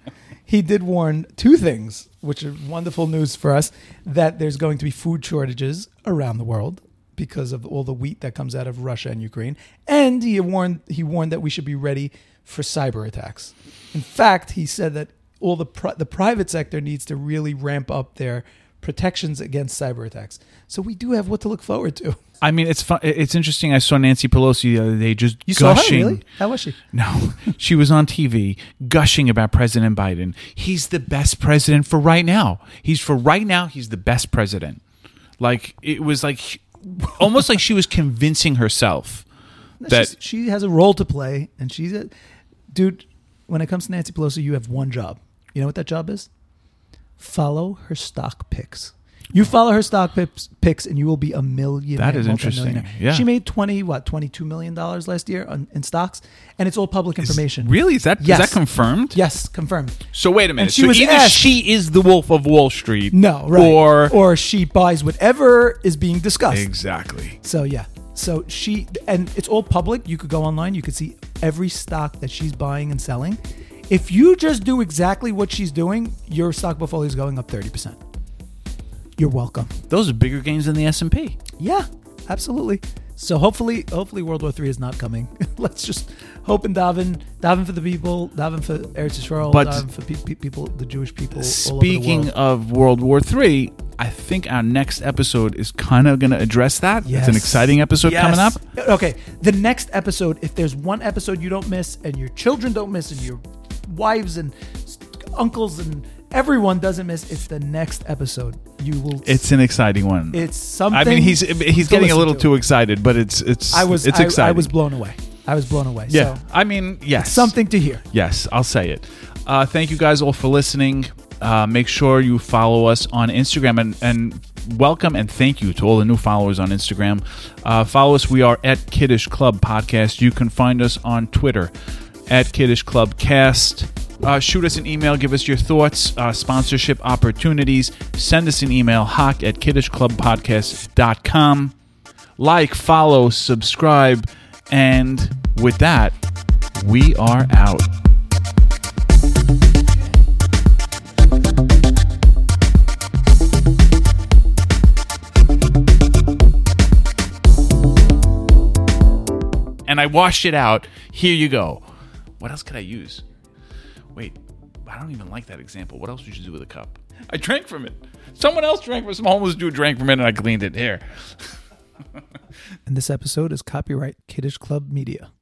Speaker 2: He did warn two things, which are wonderful news for us: that there's going to be food shortages around the world because of all the wheat that comes out of Russia and Ukraine, and he warned he warned that we should be ready for cyber attacks. In fact, he said that all the pri- the private sector needs to really ramp up their protections against cyber attacks. So we do have what to look forward to.
Speaker 1: I mean, it's fun. It's interesting. I saw Nancy Pelosi the other day just
Speaker 2: You saw her,
Speaker 1: gushing.
Speaker 2: really? How was she?
Speaker 1: No, she was on TV gushing about President Biden. He's the best president for right now. He's for right now. He's the best president. Like it was like almost like she was convincing herself that
Speaker 2: She's- she has a role to play, and she's a dude. When it comes to Nancy Pelosi, you have one job. You know what that job is? Follow her stock picks. You follow her stock pips, picks, and you will be a million.
Speaker 1: That is interesting. Yeah.
Speaker 2: she made twenty what twenty two million dollars last year on, in stocks, and it's all public information.
Speaker 1: really is that is
Speaker 2: Yes.
Speaker 1: that confirmed?
Speaker 2: Yes, confirmed.
Speaker 1: So wait a minute.
Speaker 2: she
Speaker 1: so
Speaker 2: was
Speaker 1: either
Speaker 2: asked-
Speaker 1: she is the Wolf of Wall Street.
Speaker 2: No, right?
Speaker 1: Or
Speaker 2: or she buys whatever is being discussed.
Speaker 1: exactly.
Speaker 2: So yeah. So she and it's all public. You could go online. You could see every stock that she's buying and selling. If you just do exactly what she's doing, your stock portfolio is going up thirty percent. You're welcome.
Speaker 1: Those are bigger gains than the S and P.
Speaker 2: Yeah, absolutely. So hopefully, hopefully World War Three is not coming. Let's just hope and daven, daven for the people, daven for Eretz Yisrael,
Speaker 1: But-
Speaker 2: daven for pe- pe- people, the Jewish people. all over
Speaker 1: Speaking
Speaker 2: the world.
Speaker 1: of World War III, I think our next episode is kind of going to address that. It's an
Speaker 2: Yes.
Speaker 1: exciting episode coming up.
Speaker 2: Yes. Okay, the next episode, if there's one episode you don't miss and your children don't miss and your wives and s- uncles and Everyone doesn't miss. It's the next episode. You will.
Speaker 1: It's an exciting one.
Speaker 2: it's something.
Speaker 1: I mean, he's he's
Speaker 2: to
Speaker 1: getting a
Speaker 2: listen
Speaker 1: little
Speaker 2: to.
Speaker 1: too excited, but it's it's
Speaker 2: I was.
Speaker 1: it's
Speaker 2: I-
Speaker 1: exciting.
Speaker 2: I, was blown away. I was blown away.
Speaker 1: yeah.
Speaker 2: So,
Speaker 1: I mean, yes,
Speaker 2: something to hear.
Speaker 1: Yes, I'll say it. Uh, thank you guys all for listening. Uh, make sure you follow us on Instagram and, and welcome and thank you to all the new followers on Instagram. Uh, follow us. We are at Kiddish Club Podcast. You can find us on Twitter at Kiddish Club Cast. Uh, shoot us an email. Give us your thoughts, uh, sponsorship opportunities. Send us an email, hock at kiddishclubpodcast.com. Like, follow, subscribe. And with that, we are out. and I washed it out. Here you go. What else could I use? Wait, I don't even like that example. What else would you do with a cup? I drank from it. Someone else drank from some homeless dude drank from it, and I cleaned it. Here.
Speaker 2: And this episode is copyright Kiddish Club Media.